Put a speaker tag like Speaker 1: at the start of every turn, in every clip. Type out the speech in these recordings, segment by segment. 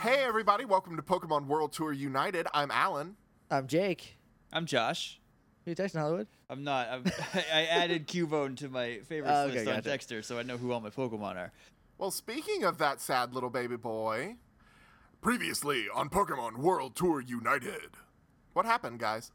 Speaker 1: Hey, everybody, welcome to Pokemon World Tour United. I'm Alan.
Speaker 2: I'm Jake.
Speaker 3: I'm Josh.
Speaker 2: Who you texting Hollywood?
Speaker 3: I'm not. I'm, I added Cubone to my favorites
Speaker 2: Oh, okay,
Speaker 3: list on
Speaker 2: gotcha.
Speaker 3: Dexter, so I know who all my Pokemon are.
Speaker 1: Well, speaking of that sad little baby boy, previously on Pokemon World Tour United. What happened, guys?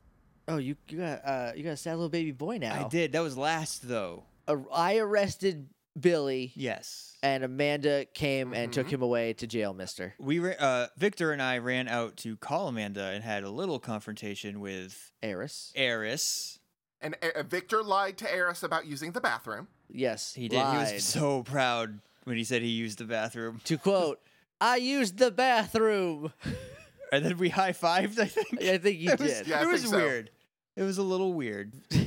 Speaker 2: Oh, you, you got uh, you got a sad little baby boy now.
Speaker 3: I did. That was last though.
Speaker 2: Uh, I arrested Billy,
Speaker 3: Yes.
Speaker 2: and Amanda came and took him away to jail, Mister.
Speaker 3: We ra- uh, Victor and I ran out to call Amanda and had a little confrontation with
Speaker 2: Eris.
Speaker 3: Eris.
Speaker 1: And uh, Victor lied to Eris about using the bathroom.
Speaker 2: Yes,
Speaker 3: He did.
Speaker 2: Lied.
Speaker 3: He was so proud when he said he used the bathroom,
Speaker 2: to quote, "I used the bathroom."
Speaker 3: and then we high fived. I think.
Speaker 2: I think you
Speaker 3: it was,
Speaker 2: did.
Speaker 1: Yeah, I
Speaker 3: it was
Speaker 1: think so.
Speaker 3: weird. It was a little weird.
Speaker 2: A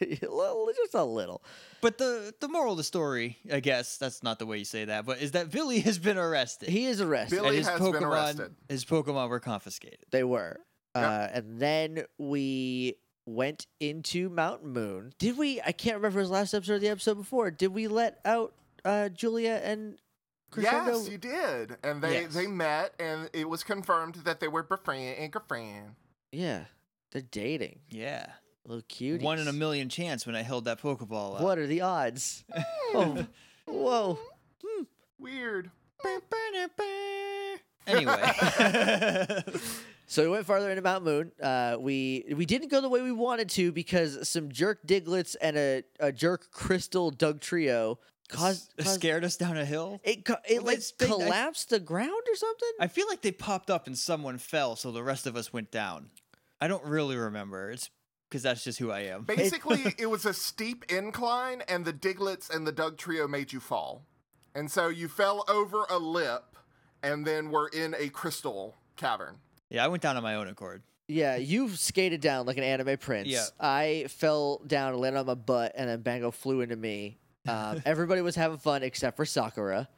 Speaker 2: little- just a little.
Speaker 3: But the the moral of the story, I guess that's not the way you say that, but is that Billy has been arrested.
Speaker 2: He is arrested.
Speaker 1: Billy
Speaker 3: and his
Speaker 1: has
Speaker 3: Pokemon,
Speaker 1: been arrested.
Speaker 3: His Pokemon were confiscated.
Speaker 2: They were.
Speaker 1: Yeah.
Speaker 2: Uh, and then we went into Mount Moon. Did we? I can't remember his last episode or the episode before. Did we let out uh, Julia and Crescendo?
Speaker 1: Yes, you did. And they,
Speaker 2: Yes.
Speaker 1: they met, and it was confirmed that they were befriend and girlfriend.
Speaker 2: yeah, they're dating.
Speaker 3: Yeah.
Speaker 2: Little cuties.
Speaker 3: One in a million chance when I held that Pokeball up.
Speaker 2: What are the odds? oh, whoa.
Speaker 1: Weird.
Speaker 3: Anyway.
Speaker 2: So we went farther into Mount Moon. Uh, we we didn't go the way we wanted to because some jerk Diglets and a, a jerk Crystal Doug trio caused, caused
Speaker 3: scared us down a hill.
Speaker 2: it. co- It
Speaker 3: Well,
Speaker 2: like
Speaker 3: it's big- I-
Speaker 2: collapsed the ground or something.
Speaker 3: I feel like they popped up and someone fell, so the rest of us went down. I don't really remember. It's because that's just who I am.
Speaker 1: Basically, it was a steep incline, and the Diglets and the Doug Trio made you fall. And so you fell over a lip, and then were in a crystal cavern.
Speaker 3: Yeah, I went down on my own accord.
Speaker 2: Yeah, you skated down like an anime prince.
Speaker 3: Yeah.
Speaker 2: I fell down and landed on my butt, and then Bango flew into me. Um, everybody was having fun except for Sakura,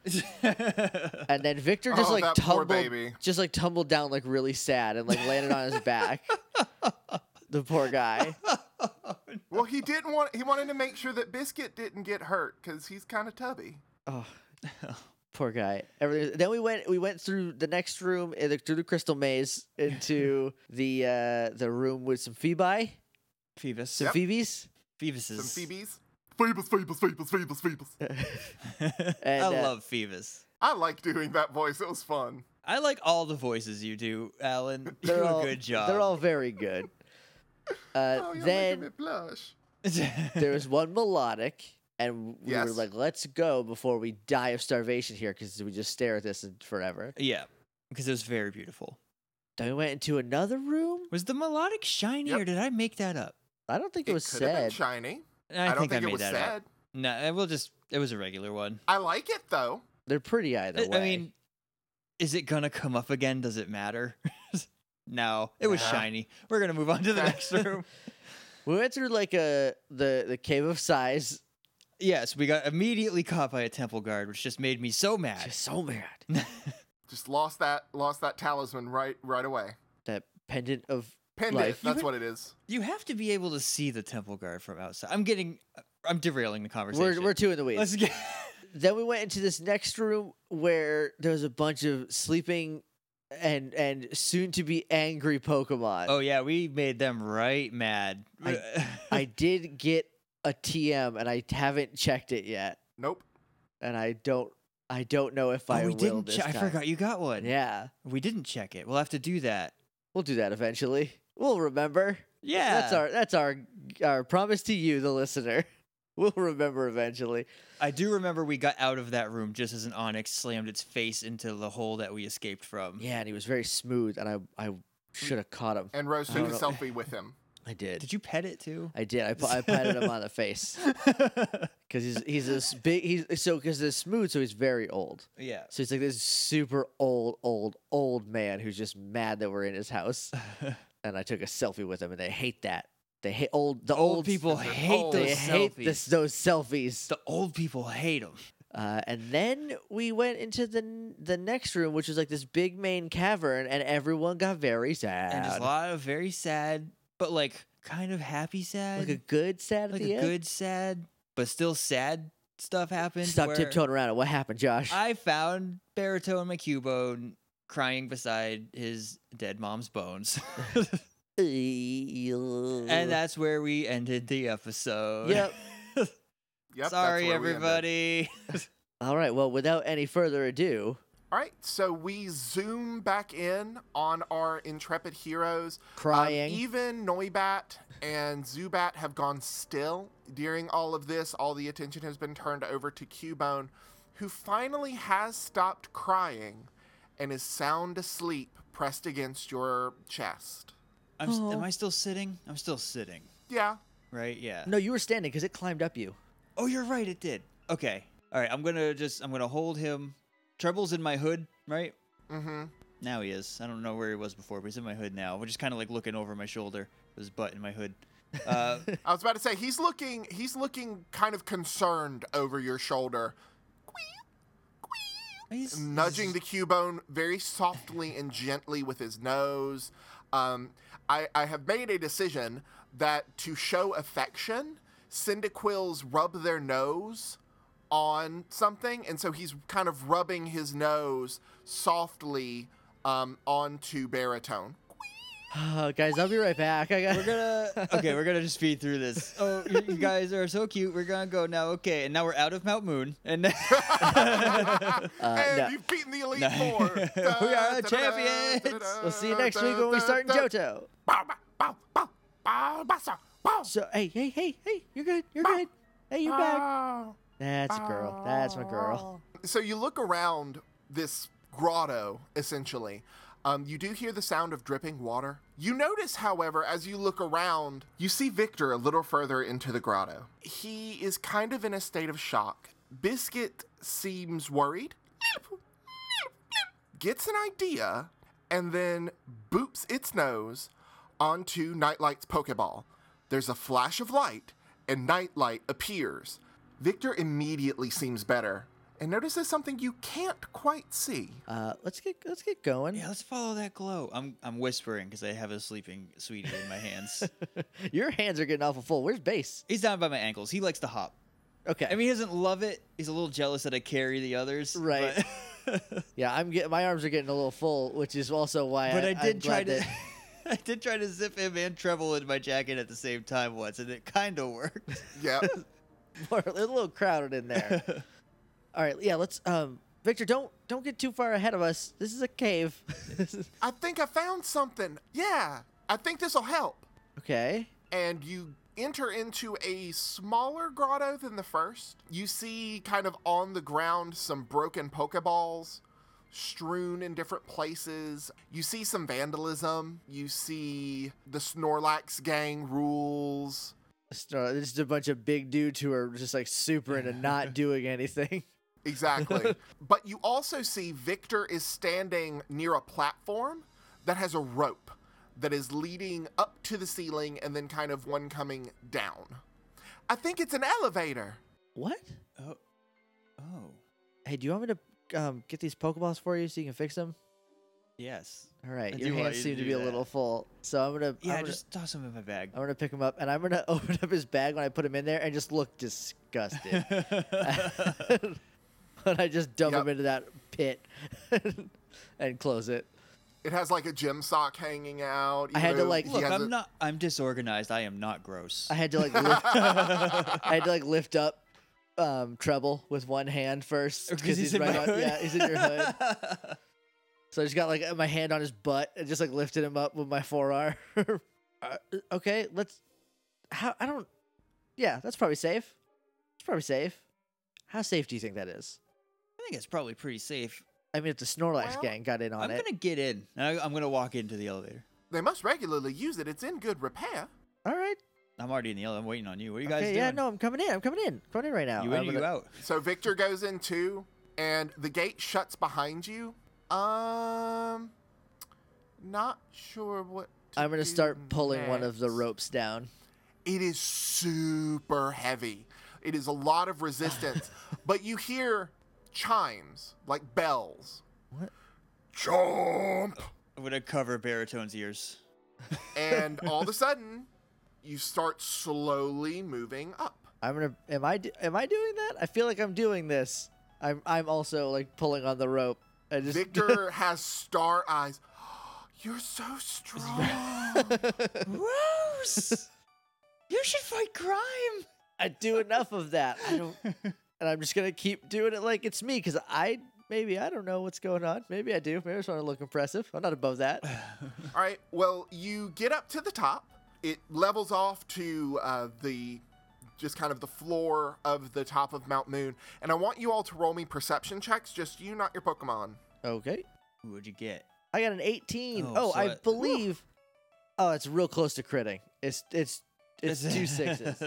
Speaker 2: and then Victor just
Speaker 1: Oh,
Speaker 2: like
Speaker 1: that poor
Speaker 2: tumbled,
Speaker 1: baby.
Speaker 2: just like tumbled down like really sad and like landed on his back. the poor guy.
Speaker 1: Well, he didn't want. He wanted to make sure that Biscuit didn't get hurt because he's kind of tubby.
Speaker 2: Oh, poor guy. Everything. Then we went. We went through the next room uh, through the crystal maze into the uh, the room with some Phoebe,
Speaker 3: Phoebus.
Speaker 2: some
Speaker 1: Yep.
Speaker 2: Phoebes.
Speaker 3: Phoebus
Speaker 1: Some
Speaker 3: is.
Speaker 1: Phoebes. Phoebus, Phoebus, Phoebus, Phoebus, Phoebus.
Speaker 3: I
Speaker 2: uh,
Speaker 3: love Phoebus.
Speaker 1: I like doing that voice. It was fun.
Speaker 3: I like all the voices you do, Alan. You
Speaker 2: They're
Speaker 3: do
Speaker 2: all
Speaker 3: a good job.
Speaker 2: They're all very good. Uh,
Speaker 1: Oh, you're making me
Speaker 2: then
Speaker 1: blush.
Speaker 2: there was one melodic, and we were
Speaker 1: Yes.
Speaker 2: like, "Let's go before we die of starvation here, because we just stare at this and- forever."
Speaker 3: yeah, because it was very beautiful.
Speaker 2: Then we went into another room.
Speaker 3: Was the melodic shiny,
Speaker 1: Yep.
Speaker 3: or did I make that up?
Speaker 2: I don't think it, was
Speaker 1: could have been
Speaker 2: said.
Speaker 1: shiny.
Speaker 3: I,
Speaker 1: don't think,
Speaker 3: I made
Speaker 1: it was
Speaker 3: that
Speaker 1: said.
Speaker 3: up. No, I will just. It was a regular one.
Speaker 1: I like it though.
Speaker 2: They're pretty either
Speaker 3: I-
Speaker 2: way.
Speaker 3: I mean, is it gonna come up again? Does it matter? no, it was
Speaker 1: Nah.
Speaker 3: shiny. We're gonna move on to the
Speaker 1: Okay.
Speaker 3: next room.
Speaker 2: we went through like a the the cave of sighs.
Speaker 3: yes, we got immediately caught by a temple guard, which just made me so mad.
Speaker 2: Just so mad.
Speaker 1: Just lost that. Lost that talisman right right away.
Speaker 2: That pendant of
Speaker 1: Pendant.
Speaker 2: Like-
Speaker 1: that's what it is.
Speaker 3: You have to be able to see the temple guard from outside. I'm getting. I'm derailing the
Speaker 2: we're
Speaker 3: conversation.
Speaker 2: we're two in the weeds.
Speaker 3: Let's get.
Speaker 2: then we went into this next room where there was a bunch of sleeping and and soon to be angry Pokemon.
Speaker 3: Oh yeah, we made them right mad.
Speaker 2: I did get a TM and I haven't checked it yet,
Speaker 1: Nope.
Speaker 2: and I don't I don't know if
Speaker 3: Oh,
Speaker 2: I
Speaker 3: we
Speaker 2: will
Speaker 3: didn't.
Speaker 2: this
Speaker 3: Che- I
Speaker 2: time.
Speaker 3: forgot you got one.
Speaker 2: Yeah,
Speaker 3: we didn't check it. We'll have to do that.
Speaker 2: we'll do that eventually. We'll remember.
Speaker 3: Yeah,
Speaker 2: That's our that's our our promise to you, the listener. We'll remember eventually.
Speaker 3: I do remember we got out of that room just as an onyx slammed its face into the hole that we escaped from.
Speaker 2: Yeah, and he was very smooth, and I I should have caught him.
Speaker 1: And Rose
Speaker 2: I
Speaker 1: took a
Speaker 2: don't know.
Speaker 1: selfie with him.
Speaker 2: I did.
Speaker 3: Did you pet it too?
Speaker 2: I did. I, pa- I patted him on the face. Because he's he's this big he's so because it's smooth so he's very old
Speaker 3: yeah.
Speaker 2: so he's like this super old old old man who's just mad that we're in his house and I took a selfie with him and they hate that they hate old the
Speaker 3: Old people
Speaker 1: they're
Speaker 3: hate
Speaker 1: old.
Speaker 3: those
Speaker 2: they hate
Speaker 3: selfies.
Speaker 2: this, those selfies
Speaker 3: The old people hate them.
Speaker 2: uh, and then we went into the n- the next room which was like this big main cavern and everyone got very sad
Speaker 3: And just a lot of very sad, but like kind of happy sad,
Speaker 2: like a good sad
Speaker 3: like
Speaker 2: at
Speaker 3: a
Speaker 2: the end.
Speaker 3: good sad, but still sad stuff happened.
Speaker 2: stop
Speaker 3: where
Speaker 2: tiptoeing around it what happened Josh
Speaker 3: I found baritone my cubone. crying beside his dead mom's bones.
Speaker 2: and
Speaker 3: and that's where we ended the episode.
Speaker 2: Yep.
Speaker 1: Yep, that's
Speaker 3: Sorry,
Speaker 1: where we ended.
Speaker 3: everybody.
Speaker 2: All right. Well, without any further ado,
Speaker 1: All right, so we zoom back in on our intrepid heroes. Um,
Speaker 2: crying.
Speaker 1: even Noibat and Zubat have gone still during all of this. All the attention has been turned over to Cubone, who finally has stopped crying and is sound asleep, pressed against your chest.
Speaker 3: I'm, s-
Speaker 2: Aw.
Speaker 3: am I still sitting? I'm still sitting,
Speaker 1: Yeah,
Speaker 3: right? Yeah.
Speaker 2: no, you were standing because it climbed up you.
Speaker 3: Oh, you're right. It did. Okay. All right. I'm gonna just. I'm gonna hold him. Trouble's in my hood, right?
Speaker 1: mm-hmm.
Speaker 3: Now he is. I don't know where he was before, but he's in my hood now. We're just kind of like looking over my shoulder, with his butt in my hood. Uh,
Speaker 1: I was about to say he's looking he's looking kind of concerned over your shoulder,
Speaker 3: he's
Speaker 1: nudging the Cubone very softly and gently with his nose. Um, I, I have made a decision that to show affection, Cyndaquils rub their nose on something, and so he's kind of rubbing his nose softly um, onto baritone.
Speaker 2: Oh, guys, I'll be right back. I got.
Speaker 3: We're gonna. Okay, we're gonna just speed through this. Oh, you, you guys are so cute. We're gonna go now. Okay, and now we're out of Mount Moon, and.
Speaker 1: and
Speaker 2: Uh, no.
Speaker 1: you've beaten the Elite
Speaker 3: No.
Speaker 1: Four.
Speaker 3: We are the champions.
Speaker 2: We'll see you next week when we start in JoJo.
Speaker 1: Bow, bow, bow, bow, bow, bow, bow.
Speaker 2: So hey, hey, hey, hey, you're good. You're good. Hey, you're back.
Speaker 1: Bow.
Speaker 2: That's a girl. That's my girl.
Speaker 1: So you look around this grotto, essentially. Um, you do hear the sound of dripping water. You notice, however, as you look around, you see Victor a little further into the grotto. He is kind of in a state of shock. Biscuit seems worried, gets an idea, and then boops its nose onto Nightlight's Pokeball. There's a flash of light, and Nightlight appears. Victor immediately seems better and notices something you can't quite see.
Speaker 2: Uh, let's get let's get going.
Speaker 3: Yeah, let's follow that glow. I'm I'm whispering because I have a sleeping sweetie in my hands.
Speaker 2: Your hands are getting awful full. Where's base?
Speaker 3: He's down by my ankles. He likes to hop.
Speaker 2: Okay.
Speaker 3: I mean, he doesn't love it. He's a little jealous that I carry the others.
Speaker 2: Right.
Speaker 3: But,
Speaker 2: yeah, I'm getting my arms are getting a little full, which is also why.
Speaker 3: but
Speaker 2: I,
Speaker 3: I
Speaker 2: I'm
Speaker 3: did try
Speaker 2: glad
Speaker 3: to.
Speaker 2: that-
Speaker 3: I did try to zip him and Treble in my jacket at the same time once, and it kind of worked.
Speaker 1: Yep.
Speaker 2: It's a little crowded in there. All right, yeah, let's. Um, Victor, don't don't get too far ahead of us. This is a cave.
Speaker 1: I think I found something. Yeah, I think this will help.
Speaker 2: okay.
Speaker 1: and you enter into a smaller grotto than the first. You see, kind of on the ground, some broken Pokeballs strewn in different places. You see some vandalism. You see the Snorlax gang rules.
Speaker 2: It's not- it's Just a bunch of big dudes who are just like super into not doing anything.
Speaker 1: Exactly. but you also see Victor is standing near a platform that has a rope that is leading up to the ceiling and then kind of one coming down. I think it's an elevator.
Speaker 2: What?
Speaker 3: Oh, oh,
Speaker 2: Hey, do you want me to um, get these Pokeballs for you so you can fix them?
Speaker 3: yes.
Speaker 2: All right,
Speaker 3: I
Speaker 2: your
Speaker 3: do want
Speaker 2: hands
Speaker 3: you to
Speaker 2: seem to
Speaker 3: do
Speaker 2: be a
Speaker 3: that.
Speaker 2: little full, so I'm gonna.
Speaker 3: Yeah,
Speaker 2: I'm gonna,
Speaker 3: just toss him in my bag.
Speaker 2: I'm gonna pick him up, and I'm gonna open up his bag when I put him in there, and just look disgusted when I just dump
Speaker 1: Yep.
Speaker 2: him into that pit and close it.
Speaker 1: It has like a gym sock hanging out.
Speaker 2: I had to,
Speaker 1: even though
Speaker 2: like-
Speaker 1: he
Speaker 3: Look,
Speaker 1: has
Speaker 3: I'm
Speaker 1: a-
Speaker 3: not. I'm disorganized. I am not gross.
Speaker 2: I had to like lift, I had to like lift up um, treble with one hand first
Speaker 3: Oh, 'cause he's in my hood?
Speaker 2: yeah he's in your hood. so I just got like my hand on his butt and just like lifted him up with my forearm. Uh, okay, let's. How I don't. Yeah, that's probably safe. It's probably safe. How safe do you think that is?
Speaker 3: I think it's probably pretty safe.
Speaker 2: I mean, if the Snorlax
Speaker 1: Well,
Speaker 2: gang got in on
Speaker 3: I'm
Speaker 2: it,
Speaker 3: gonna get in. and I, I'm gonna walk into the elevator.
Speaker 1: They must regularly use it. It's in good repair.
Speaker 2: all right.
Speaker 3: I'm already in the elevator. I'm waiting on you. What are you guys
Speaker 2: okay,
Speaker 3: doing?
Speaker 2: yeah, no, I'm coming in. I'm coming in. Coming in right now.
Speaker 3: You in?
Speaker 2: I'm
Speaker 3: or
Speaker 2: gonna-
Speaker 3: You out?
Speaker 1: So Victor goes in too, and the gate shuts behind you. Um, not sure what. To
Speaker 2: I'm gonna
Speaker 1: do
Speaker 2: start pulling one of the
Speaker 1: next.
Speaker 2: ropes down.
Speaker 1: It is super heavy. It is a lot of resistance, but you hear chimes like bells.
Speaker 2: What?
Speaker 1: Chomp!
Speaker 3: I'm gonna cover Baritone's ears.
Speaker 1: and all of a sudden, you start slowly moving up.
Speaker 2: I'm gonna. Am I? do- Am I doing that? I feel like I'm doing this. I'm. I'm also like pulling on the rope. I just
Speaker 1: Victor has star eyes. You're so strong.
Speaker 3: Rose, you should fight crime.
Speaker 2: I do enough of that. I don't, and I'm just gonna keep doing it like it's me because I maybe I don't know what's going on. Maybe I do. Maybe I just want to look impressive. I'm not above that.
Speaker 1: All right. Well, you get up to the top. It levels off to uh, the just kind of the floor of the top of Mount Moon, and I want you all to roll me perception checks. Just you, not your Pokemon.
Speaker 2: Okay,
Speaker 3: What'd you get?
Speaker 2: I got an 18.
Speaker 3: Oh,
Speaker 2: Oh,
Speaker 3: so
Speaker 2: I
Speaker 3: it-
Speaker 2: believe. Oh, it's real close to critting. It's it's it's two sixes.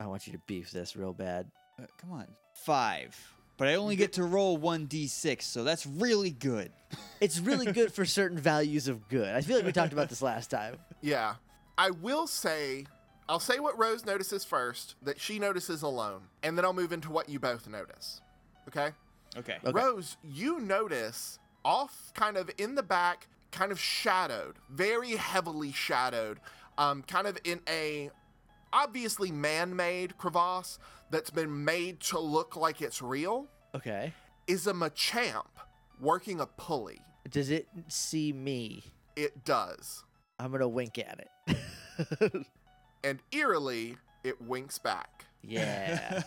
Speaker 2: I want you to beef this real bad.
Speaker 3: Uh, come on. Five. But I only get to roll one d6, so that's really good.
Speaker 2: It's really good for certain values of good. I feel like we talked about this last time.
Speaker 1: Yeah. I will say, I'll say what Rose notices first that she notices alone, and then I'll move into what you both notice. Okay?
Speaker 3: Okay.
Speaker 2: Okay.
Speaker 1: Rose, you notice off kind of in the back, kind of shadowed, very heavily shadowed, um, kind of in a obviously man made crevasse that's been made to look like it's real,
Speaker 2: Okay.
Speaker 1: is a Machamp working a pulley.
Speaker 2: Does it see me?
Speaker 1: It does.
Speaker 2: I'm gonna wink at it.
Speaker 1: And eerily, it winks back.
Speaker 2: yeah.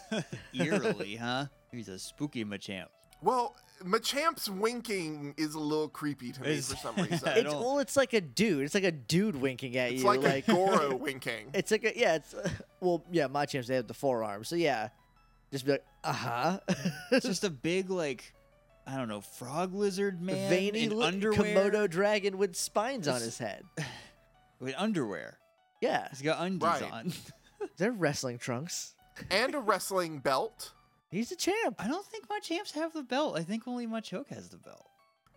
Speaker 3: Eerily, huh? He's a spooky Machamp.
Speaker 1: Well, Machamp's winking is a little creepy to me
Speaker 3: Is-
Speaker 1: for some reason.
Speaker 3: I
Speaker 2: It's
Speaker 3: don't-
Speaker 2: well, it's like a dude. It's like a dude winking at
Speaker 1: it's
Speaker 2: you.
Speaker 1: like,
Speaker 2: Like,
Speaker 1: a Goro winking.
Speaker 2: it's like a yeah. It's well yeah. My champs they have the forearm, so yeah. Just be like uh huh.
Speaker 3: It's just a big, like, I don't know, frog lizard man
Speaker 2: Veiny
Speaker 3: in
Speaker 2: li-
Speaker 3: underwear.
Speaker 2: Komodo dragon with spines on his
Speaker 3: It's-
Speaker 2: head.
Speaker 3: With underwear.
Speaker 2: Yeah,
Speaker 3: He's got undies
Speaker 1: Right.
Speaker 3: on.
Speaker 2: they're wrestling trunks.
Speaker 1: and a wrestling belt.
Speaker 2: He's a champ.
Speaker 3: I don't think Machamps have the belt. I think only Machoke has the belt.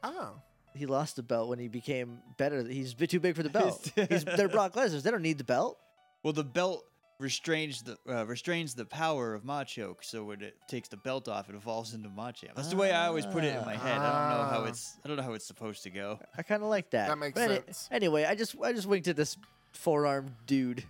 Speaker 1: Oh.
Speaker 2: He lost the belt when he became better. He's bit too big for the belt. He's, they're Brock Lesnar's. They don't need the belt.
Speaker 3: Well, the belt restrains the uh, restrains the power of Machoke, so when it takes the belt off, it evolves into Machamp. That's the way I always put it in my head. I don't know how
Speaker 1: Ah.
Speaker 3: it's I don't know how it's supposed to go.
Speaker 2: I kind of like that.
Speaker 1: That makes
Speaker 2: But any-
Speaker 1: sense.
Speaker 2: anyway, I just I just winked at this forearm dude.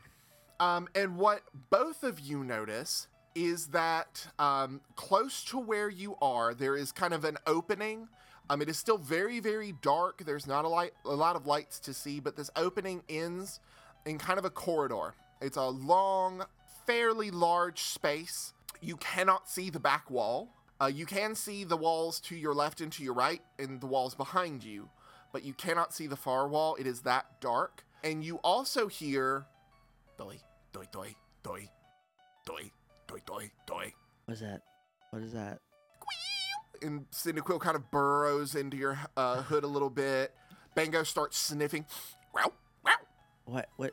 Speaker 1: Um, and what both of you notice is that um, close to where you are, there is kind of an opening. Um, it is still very, very dark. There's not a light, a lot of lights to see, but this opening ends in kind of a corridor. It's a long, fairly large space. You cannot see the back wall. Uh, you can see the walls to your left and to your right, and the walls behind you, but you cannot see the far wall. It is that dark. And you also hear Doi, doi, doi, doi, doi, doi, doi, doi.
Speaker 2: What's that? What is that?
Speaker 1: And Cyndaquil kind of burrows into your uh, hood a little bit. Bango starts sniffing. Wow, wow.
Speaker 2: What what?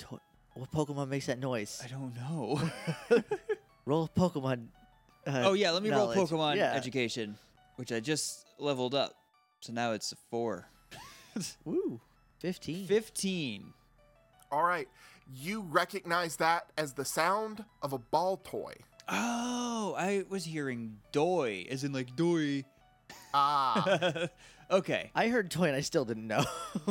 Speaker 2: To- what Pokemon makes that noise?
Speaker 3: I don't know.
Speaker 2: Roll Pokemon. Uh,
Speaker 3: oh yeah, let me
Speaker 2: knowledge.
Speaker 3: roll Pokemon
Speaker 2: Yeah.
Speaker 3: Education, which I just leveled up, so now it's a four.
Speaker 2: Woo. Fifteen.
Speaker 3: Fifteen.
Speaker 1: All right. You recognize that as the sound of a ball toy.
Speaker 3: Oh, I was hearing doy, as in like doy.
Speaker 1: Ah.
Speaker 3: okay.
Speaker 2: I heard toy and I still didn't know.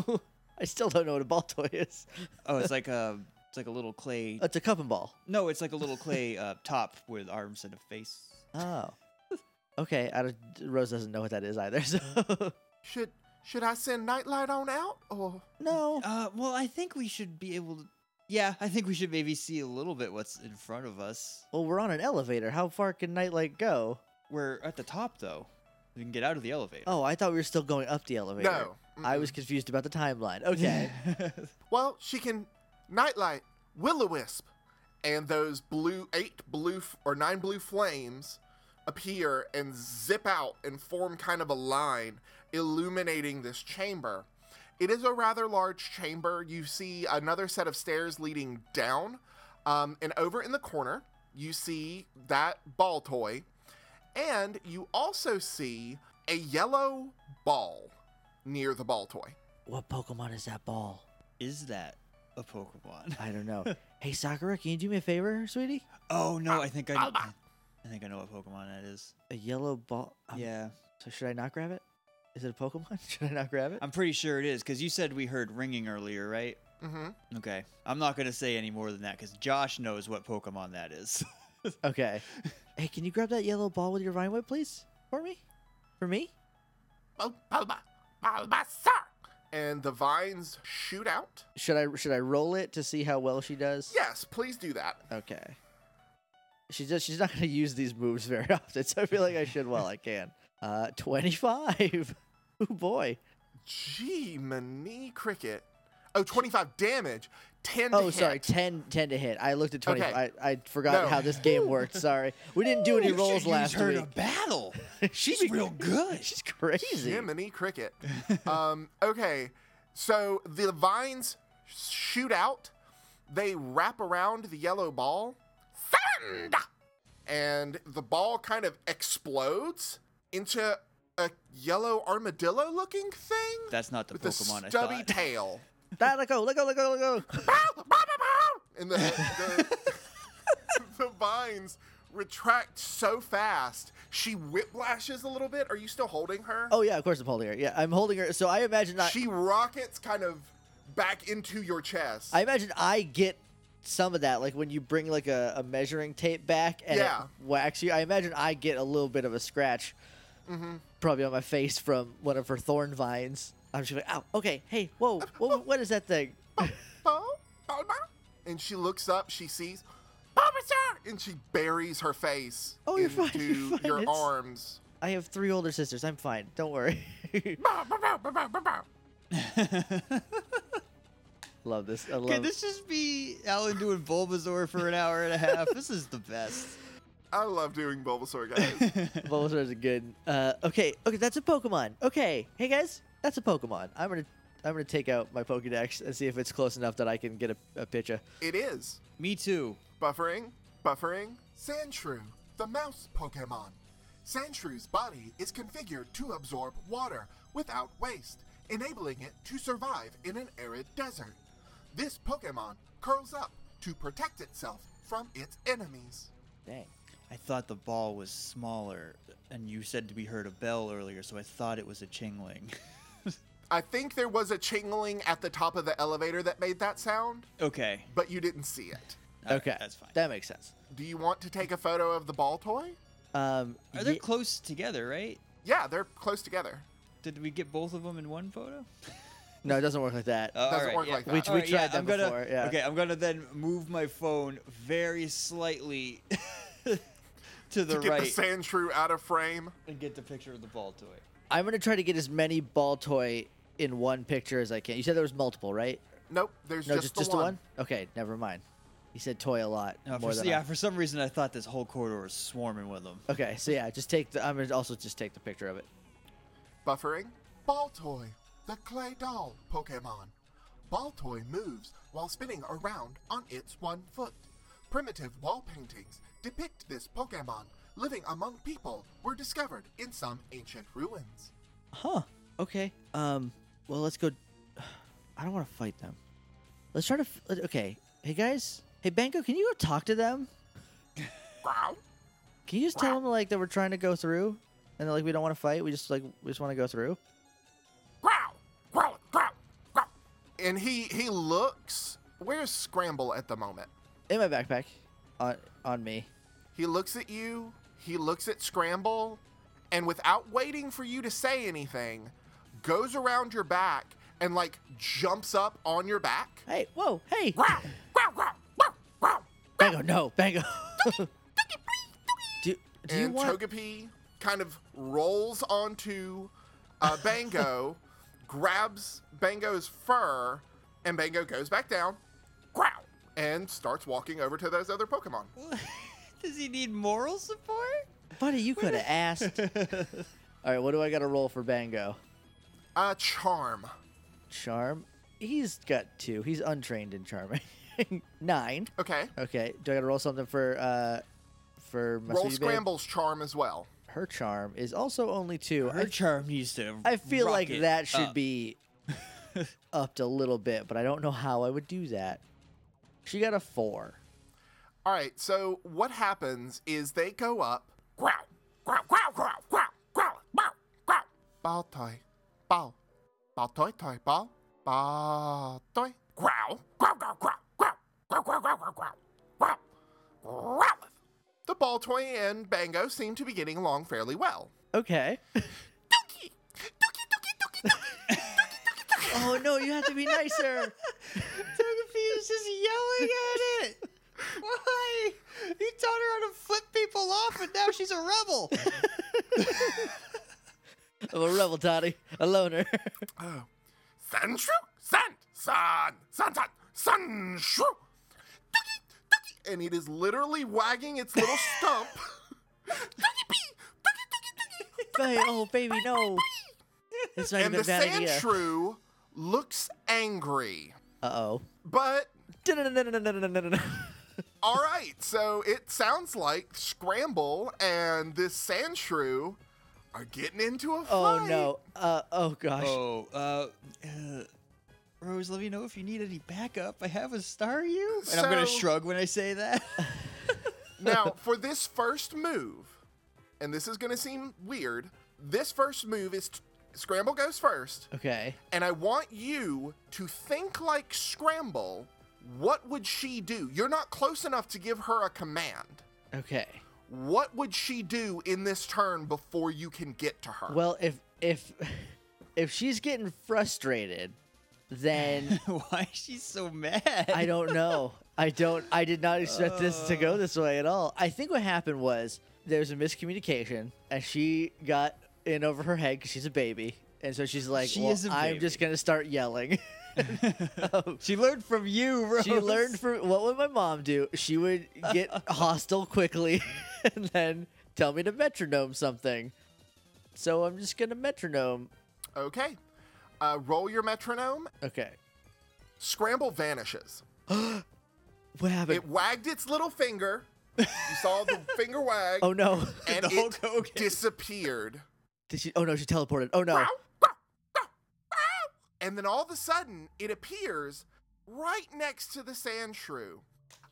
Speaker 2: I still don't know what a ball toy is.
Speaker 3: Oh, it's like a it's like a little clay.
Speaker 2: It's a cup and ball.
Speaker 3: No, it's like a little clay uh, top with arms and a face.
Speaker 2: Oh. Okay, I don't, Rose doesn't know what that is either. So
Speaker 1: should should I send Nightlight on out? Or
Speaker 2: no,
Speaker 3: Uh, well, I think we should be able to. Yeah, I think we should maybe see a little bit what's in front of us.
Speaker 2: well we're on an elevator. How far can Nightlight go?
Speaker 3: We're at the top though. We can get out of the elevator.
Speaker 2: Oh, I thought we were still going up the elevator.
Speaker 1: no.
Speaker 2: I was confused about the timeline. Okay,
Speaker 1: Well, she can Nightlight, Will O Wisp, and those blue eight blue f- or nine blue flames appear and zip out and form kind of a line illuminating this chamber. It is a rather large chamber. You see another set of stairs leading down, um, and over in the corner, you see that ball toy, and you also see a yellow ball near the ball toy.
Speaker 2: what Pokemon is that ball?
Speaker 3: Is that a Pokemon?
Speaker 2: I don't know. hey Sakura, can you do me a favor, sweetie?
Speaker 3: Oh no, I think I know. I think I know what Pokemon that is.
Speaker 2: A yellow ball. um,
Speaker 3: yeah,
Speaker 2: So should I not grab it? Is it a Pokemon? should I not grab it?
Speaker 3: I'm pretty sure it is because you said we heard ringing earlier, right?
Speaker 1: Mm-hmm.
Speaker 3: Okay, I'm not gonna say any more than that because Josh knows what Pokemon that is.
Speaker 2: Okay. hey, can you grab that yellow ball with your vine whip, please, for me? For me?
Speaker 1: Bo- Bulba, Bulbasaur. And the vines shoot out.
Speaker 2: Should I should I roll it to see how well she does?
Speaker 1: Yes, please do that.
Speaker 2: Okay. She just she's not gonna use these moves very often, so I feel like I should while I can. Uh, twenty five. oh boy.
Speaker 1: Gee, Mini Cricket. Oh, 25 damage. 10 to
Speaker 2: Oh,
Speaker 1: hit.
Speaker 2: sorry. 10, 10 to hit. I looked at twenty.
Speaker 1: Okay.
Speaker 2: I, I forgot
Speaker 1: No.
Speaker 2: how this game worked. Sorry, we didn't do any
Speaker 3: You should
Speaker 2: rolls
Speaker 3: use
Speaker 2: last
Speaker 3: her
Speaker 2: week.
Speaker 3: to battle. She's real good.
Speaker 2: She's crazy.
Speaker 1: Jiminy Cricket. um, okay, so the vines shoot out. They wrap around the yellow ball. Sand! And the ball kind of explodes into a yellow armadillo looking thing
Speaker 3: That's not the
Speaker 1: with
Speaker 3: Pokemon
Speaker 1: a
Speaker 3: I
Speaker 1: stubby
Speaker 3: thought.
Speaker 1: tail.
Speaker 2: That let go, let go, let go, let go.
Speaker 1: and the, the, the vines retract so fast. She whiplashes a little bit. Are you still holding her?
Speaker 2: Oh yeah, of course I'm holding her. Yeah, I'm holding her. So I imagine I,
Speaker 1: she rockets kind of back into your chest.
Speaker 2: I imagine I get some of that, like when you bring like a, a measuring tape back and
Speaker 1: Yeah.
Speaker 2: it whacks you. I imagine I get a little bit of a scratch,
Speaker 1: Mm-hmm.
Speaker 2: probably on my face from one of her thorn vines. I'm just like, ow, okay, hey, whoa, whoa what is that thing?
Speaker 1: Bo- Bulma? And she looks up, she sees Bulbasaur! And she buries her face
Speaker 2: Oh, you're
Speaker 1: into
Speaker 2: fine, you're fine,
Speaker 1: your
Speaker 2: it's-
Speaker 1: arms.
Speaker 2: I have three older sisters. I'm fine. Don't worry. love this. I
Speaker 3: Could
Speaker 2: love
Speaker 3: this just be Alan doing Bulbasaur for an hour and a half? this is the best.
Speaker 1: I love doing Bulbasaur, guys.
Speaker 2: Bulbasaur is good. Uh, okay, okay, that's a Pokemon. Okay, hey guys, that's a Pokemon. I'm gonna I'm gonna take out my Pokedex and see if it's close enough that I can get a, a picture.
Speaker 1: it is.
Speaker 3: Me too.
Speaker 1: Buffering, buffering. Sandshrew, the mouse Pokemon. Sandshrew's body is configured to absorb water without waste, enabling it to survive in an arid desert. This Pokemon curls up to protect itself from its enemies.
Speaker 2: Dang.
Speaker 3: I thought the ball was smaller, and you said we heard a bell earlier, so I thought it was a Chingling.
Speaker 1: I think there was a chingling at the top of the elevator that made that sound,
Speaker 3: okay.
Speaker 1: but you didn't see it.
Speaker 3: All right,
Speaker 2: okay,
Speaker 3: that's fine.
Speaker 2: That makes sense.
Speaker 1: Do you want to take a photo of the ball toy?
Speaker 2: Um,
Speaker 3: Are they
Speaker 2: ye-
Speaker 3: close together, right?
Speaker 1: Yeah, they're close together.
Speaker 3: Did we get both of them in one photo?
Speaker 2: no, it doesn't work like that.
Speaker 3: Uh,
Speaker 1: Doesn't
Speaker 3: alright,
Speaker 1: work
Speaker 3: yeah.
Speaker 1: like that.
Speaker 2: We- we
Speaker 3: Alright, yeah,
Speaker 2: tried that
Speaker 3: I'm gonna,
Speaker 2: before, yeah.
Speaker 3: Okay, I'm gonna then move my phone very slightly to the
Speaker 1: to get
Speaker 3: right
Speaker 1: the Sandshrew out of frame.
Speaker 3: and get the picture of the ball toy.
Speaker 2: I'm gonna try to get as many ball toy in one picture as I can. You said there was multiple, right?
Speaker 1: Nope, there's
Speaker 2: No,
Speaker 1: just,
Speaker 2: just
Speaker 1: the
Speaker 2: just
Speaker 1: one.
Speaker 2: the one. Okay, never mind. You said toy a lot
Speaker 3: Uh,
Speaker 2: more
Speaker 3: for,
Speaker 2: than
Speaker 3: yeah,
Speaker 2: I-
Speaker 3: for some reason I thought this whole corridor was swarming with them.
Speaker 2: Okay, so yeah, just take the. I'm gonna also just take the picture of it.
Speaker 1: Buffering. Baltoy, the clay doll Pokemon. Baltoy moves while spinning around on its one foot. Primitive wall paintings depict this Pokemon living among people were discovered in some ancient ruins.
Speaker 2: Huh. Okay. Um. Well, let's go. I don't want to fight them. Let's try to. f- let- Okay. Hey guys. Hey Banco, can you go talk to them?
Speaker 1: Growl.
Speaker 2: Can you just tell them like that we're trying to go through, and they're like we don't want to fight. We just like we just want to go through.
Speaker 1: growl, growl, growl, growl. And he he looks. Where's Scramble at the moment?
Speaker 2: In my backpack, on on me.
Speaker 1: He looks at you. He looks at Scramble, and without waiting for you to say anything, goes around your back and like jumps up on your back.
Speaker 2: Hey. Whoa. Hey.
Speaker 1: Growl, growl, growl, growl, growl.
Speaker 2: Bango. No. Bango. do Do you
Speaker 1: And
Speaker 2: want?
Speaker 1: Togepi kind of rolls onto uh, Bango, grabs Bango's fur, and Bango goes back down. Growl. And starts walking over to those other Pokemon.
Speaker 3: Does he need moral support?
Speaker 2: Buddy, you could have asked. All right. What do I got to roll for Bango?
Speaker 1: Uh, charm.
Speaker 2: Charm. He's got two. He's untrained in charming. Nine.
Speaker 1: Okay.
Speaker 2: Okay. Do I gotta roll something for uh for my
Speaker 1: Roll
Speaker 2: sweetie babe?
Speaker 1: Scramble's charm as well.
Speaker 2: Her charm is also only two.
Speaker 3: Her
Speaker 2: I,
Speaker 3: charm needs to.
Speaker 2: I feel like
Speaker 3: rocket
Speaker 2: that should
Speaker 3: up.
Speaker 2: be upped a little bit, but I don't know how I would do that. She got a four.
Speaker 1: All right, so what happens is they go up. Growl, growl, growl, growl, growl, growl, growl, growl. Ball toy, ball, ball toy, toy, ball, ball toy. Growl, growl, growl, growl, growl, growl, growl, growl, growl, growl, growl, growl. The ball toy and Bango seem to be getting along fairly well.
Speaker 2: Okay.
Speaker 1: Dookie,
Speaker 2: Oh no, you have to be nicer.
Speaker 3: Togepi is just yelling at it. Why? You taught her how to flip people off, and now she's a rebel.
Speaker 2: I'm a rebel, Toddy, a loner.
Speaker 1: Sanshu, san, san, san, san, sanshu. Dookie, dookie. And it is literally wagging its little stump. Dookie pee, dookie, dookie, dookie.
Speaker 2: Ba- oh baby, no. It's not
Speaker 1: And
Speaker 2: even
Speaker 1: the
Speaker 2: a bad idea.
Speaker 1: Sandshrew looks angry.
Speaker 2: Uh
Speaker 1: But,
Speaker 2: oh.
Speaker 1: all right, so it sounds like Scramble and this Sandshrew are getting into a fight.
Speaker 2: Oh no. Uh, oh gosh.
Speaker 3: Oh, uh, uh, Rose, let me know if you need any backup. I have a star you. And I'm gonna
Speaker 1: So-
Speaker 3: shrug when I say that.
Speaker 1: now, for this first move, and this is going to seem weird, this first move is t- Scramble goes first,
Speaker 2: Okay.
Speaker 1: and I want you to think like Scramble. What would she do? You're not close enough to give her a command.
Speaker 2: Okay.
Speaker 1: What would she do in this turn before you can get to her?
Speaker 2: Well, if if if she's getting frustrated, then
Speaker 3: Why is she so mad?
Speaker 2: I don't know. I don't. I did not expect this to go this way at all. I think what happened was there was a miscommunication, and she got in over her head because she's a baby, and so she's like,
Speaker 3: She
Speaker 2: "Well,
Speaker 3: is a
Speaker 2: I'm just gonna start yelling." Um,
Speaker 3: She learned from you, Rose.
Speaker 2: She learned from what would my mom do? She would get hostile quickly and then tell me to metronome something. So I'm just gonna metronome.
Speaker 1: okay. Uh, roll your metronome.
Speaker 2: Okay.
Speaker 1: Scramble vanishes.
Speaker 2: What happened?
Speaker 1: It wagged its little finger. You saw the finger wag,
Speaker 2: oh no.
Speaker 1: and
Speaker 3: the Hulk
Speaker 1: it
Speaker 3: Hogan.
Speaker 1: disappeared.
Speaker 2: Did she oh no, she teleported. Oh no.
Speaker 1: And then all of a sudden, it appears right next to the sand shrew,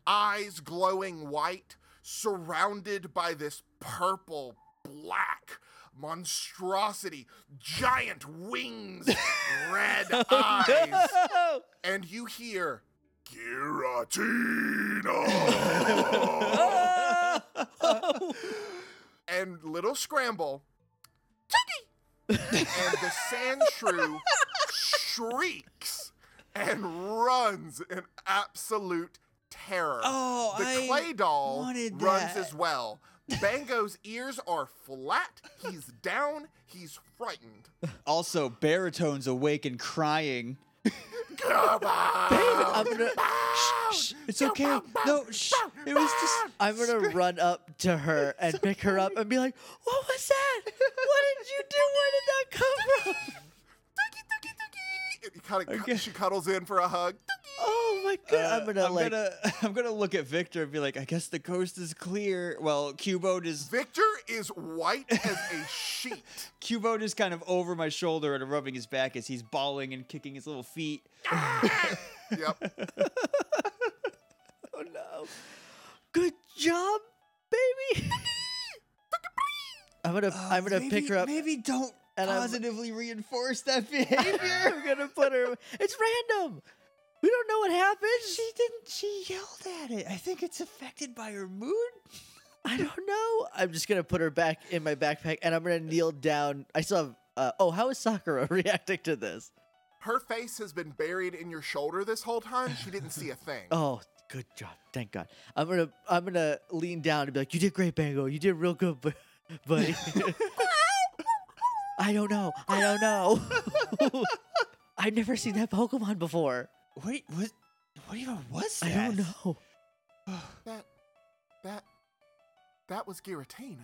Speaker 1: eyes glowing white, surrounded by this purple, black monstrosity, giant wings, red eyes,
Speaker 2: Oh,
Speaker 1: and you hear Giratina. and little scramble, Tookie! and the sand shrew shrieks and runs in absolute terror.
Speaker 3: Oh,
Speaker 1: the
Speaker 3: I
Speaker 1: clay doll
Speaker 3: wanted
Speaker 1: runs
Speaker 3: that.
Speaker 1: as well. Bango's ears are flat. He's down. He's frightened.
Speaker 3: Also, baritone's awake and crying.
Speaker 2: I'm gonna
Speaker 3: It's okay. No, shh. It was just.
Speaker 2: I'm gonna run up to her and pick her up and be like, What was that? What did you do? Where did that come from?
Speaker 1: He kind of
Speaker 3: Okay.
Speaker 1: she cuddles in for a hug.
Speaker 2: Oh my
Speaker 1: Uh,
Speaker 2: god. I'm gonna
Speaker 3: Uh, I'm
Speaker 2: like
Speaker 3: gonna, I'm gonna look at Victor and be like, I guess the coast is clear. Well, Cubone is
Speaker 1: Victor is white as a sheet.
Speaker 3: Cubone is kind of over my shoulder and rubbing his back as he's bawling and kicking his little feet.
Speaker 1: Yep.
Speaker 2: Oh no. Good job, baby. Oh, I'm gonna I'm gonna pick her up.
Speaker 3: Maybe don't
Speaker 2: and I'm-
Speaker 3: positively reinforce that behavior.
Speaker 2: I'm gonna put her it's random. We don't know what happened.
Speaker 3: she didn't. She yelled at it. I think it's affected by her mood.
Speaker 2: I don't know. I'm just gonna put her back in my backpack and I'm gonna kneel down. I still have uh, oh, how is Sakura reacting to this?
Speaker 1: Her face has been buried in your shoulder this whole time. She didn't see a thing.
Speaker 2: Oh, good job. Thank God. I'm gonna I'm gonna lean down and be like, "You did great, Bango. You did real good, bu- buddy." I don't know. I don't know. I've never seen that Pokemon before.
Speaker 3: Wait, what? What even was
Speaker 2: I
Speaker 3: that?
Speaker 2: don't know.
Speaker 1: That that that was Giratina.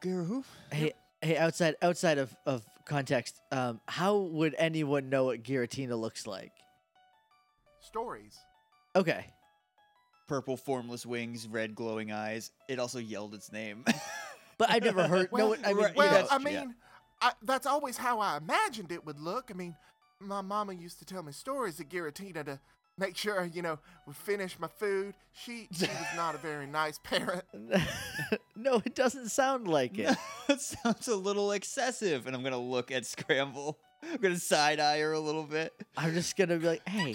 Speaker 3: Guru?
Speaker 2: Hey, hey, outside outside of of context, um, how would anyone know what Giratina looks like?
Speaker 1: Stories.
Speaker 2: Okay.
Speaker 3: Purple, formless wings, red, glowing eyes. It also yelled its name.
Speaker 2: But I've never heard. no,
Speaker 1: Well,
Speaker 2: I mean,
Speaker 3: right,
Speaker 2: you
Speaker 1: Well,
Speaker 2: know,
Speaker 1: I
Speaker 3: that's- yeah.
Speaker 1: mean, I, that's always how I imagined it would look. I mean, my mama used to tell me stories of Giratina to make sure, you know, would finish my food. She she was not a very nice parent.
Speaker 2: no, it doesn't sound like it.
Speaker 3: that sounds a little excessive. And I'm gonna look at Scramble. I'm gonna side eye her a little bit.
Speaker 2: I'm just gonna be like, hey,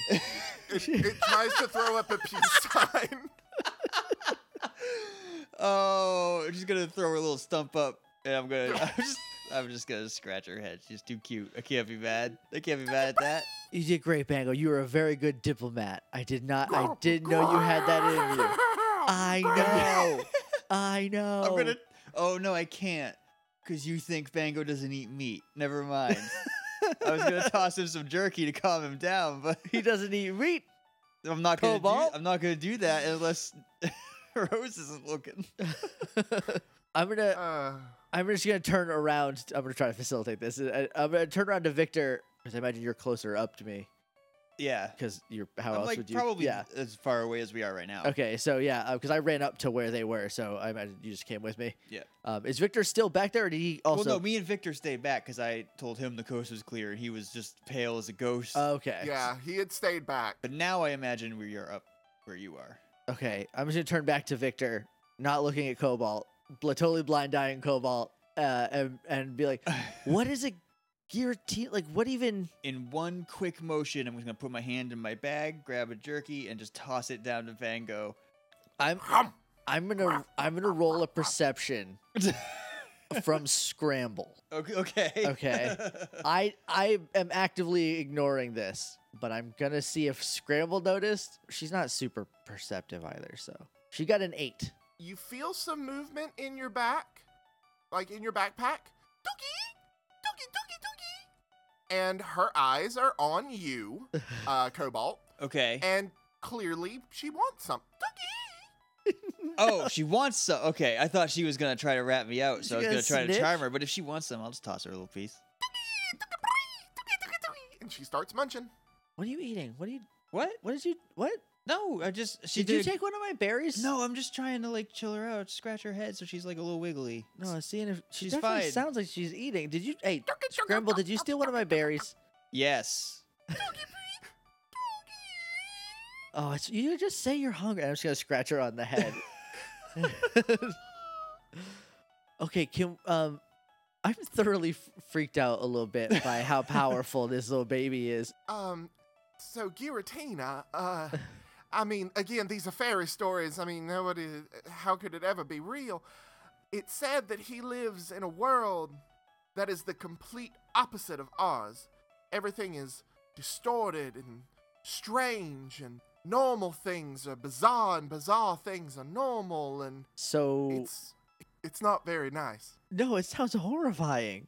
Speaker 1: It, it tries to throw up a peace sign.
Speaker 3: Oh, I'm just gonna throw her a little stump up, and I'm gonna. I'm just, I'm just gonna scratch her head. She's too cute. I can't be mad. I can't be mad at that.
Speaker 2: You did great, Bango. You were a very good diplomat. I did not. I
Speaker 3: Oh,
Speaker 2: didn't know you had that in you. I know. I know.
Speaker 3: I'm gonna. Oh no, I can't. Cause you think Bango doesn't eat meat. Never mind. I was gonna toss him some jerky to calm him down, but
Speaker 2: He doesn't eat meat.
Speaker 3: I'm not gonna. Do,
Speaker 2: Cobalt?
Speaker 3: I'm not gonna do that unless Rose isn't looking.
Speaker 2: I'm gonna.
Speaker 1: Uh,
Speaker 2: I'm just gonna turn around. I'm gonna try to facilitate this. I, I'm gonna turn around to Victor because I imagine you're closer up to me
Speaker 3: Yeah.
Speaker 2: because you're. How
Speaker 3: I'm
Speaker 2: else
Speaker 3: like
Speaker 2: would you?
Speaker 3: probably
Speaker 2: Yeah.
Speaker 3: as far away as we are right now.
Speaker 2: Okay. So yeah, because I ran up to where they were, so I imagine you just came with me.
Speaker 3: Yeah.
Speaker 2: Um, is Victor still back there, or did he also?
Speaker 3: well, no, me and Victor stayed back because I told him the coast was clear and he was just pale as a ghost.
Speaker 2: Okay.
Speaker 1: yeah, he had stayed back.
Speaker 3: but now I imagine we are up where you are.
Speaker 2: Okay. I'm just gonna turn back to Victor, not looking at Cobalt, bl- totally blind eyeing Cobalt, uh, and and be like, what is a guillotine? Like, what even?
Speaker 3: in one quick motion, I'm just gonna put my hand in my bag, grab a jerky, and just toss it down to Van Gogh.
Speaker 2: I'm
Speaker 1: Hum.
Speaker 2: I'm gonna I'm gonna roll a perception from scramble.
Speaker 3: okay. Okay.
Speaker 2: Okay. I I am actively ignoring this, but I'm gonna see if Scramble noticed. She's not super perceptive either, so she got an eight.
Speaker 1: You feel some movement in your back, like in your backpack. Dookie, dookie, dookie, dookie. And her eyes are on you, uh, Cobalt,
Speaker 3: okay.
Speaker 1: and clearly she wants some. Dookie.
Speaker 3: Oh, she wants some. Okay, I thought she was gonna try to rat me out,
Speaker 2: Is
Speaker 3: so I
Speaker 2: she
Speaker 3: was gonna
Speaker 2: gonna
Speaker 3: try to charm
Speaker 2: snitch?
Speaker 3: her. But if she wants some, I'll just toss her a little piece.
Speaker 1: And she starts munching.
Speaker 2: What are you eating? What are you?
Speaker 3: What?
Speaker 2: What did you? What?
Speaker 3: No, I just she
Speaker 2: Did, you take one of my berries?
Speaker 3: No, I'm just trying to like chill her out, scratch her head, so she's like a little wiggly.
Speaker 2: No, I'm seeing if she
Speaker 3: She's
Speaker 2: definitely
Speaker 3: fine.
Speaker 2: sounds like she's eating. Did you? Hey, Scramble, did you steal one of my berries?
Speaker 3: Yes.
Speaker 2: Oh, it's, you just say you're hungry. I'm just gonna scratch her on the head. okay, can um, I'm thoroughly f- freaked out a little bit by how powerful this little baby is.
Speaker 1: Um, so Giratina, uh, I mean, again, these are fairy stories. I mean, nobody, how could it ever be real? It's said that he lives in a world that is the complete opposite of ours. Everything is distorted and strange, and normal things are bizarre, and bizarre things are normal, and
Speaker 2: So
Speaker 1: it's it's not very nice.
Speaker 2: no, it sounds horrifying.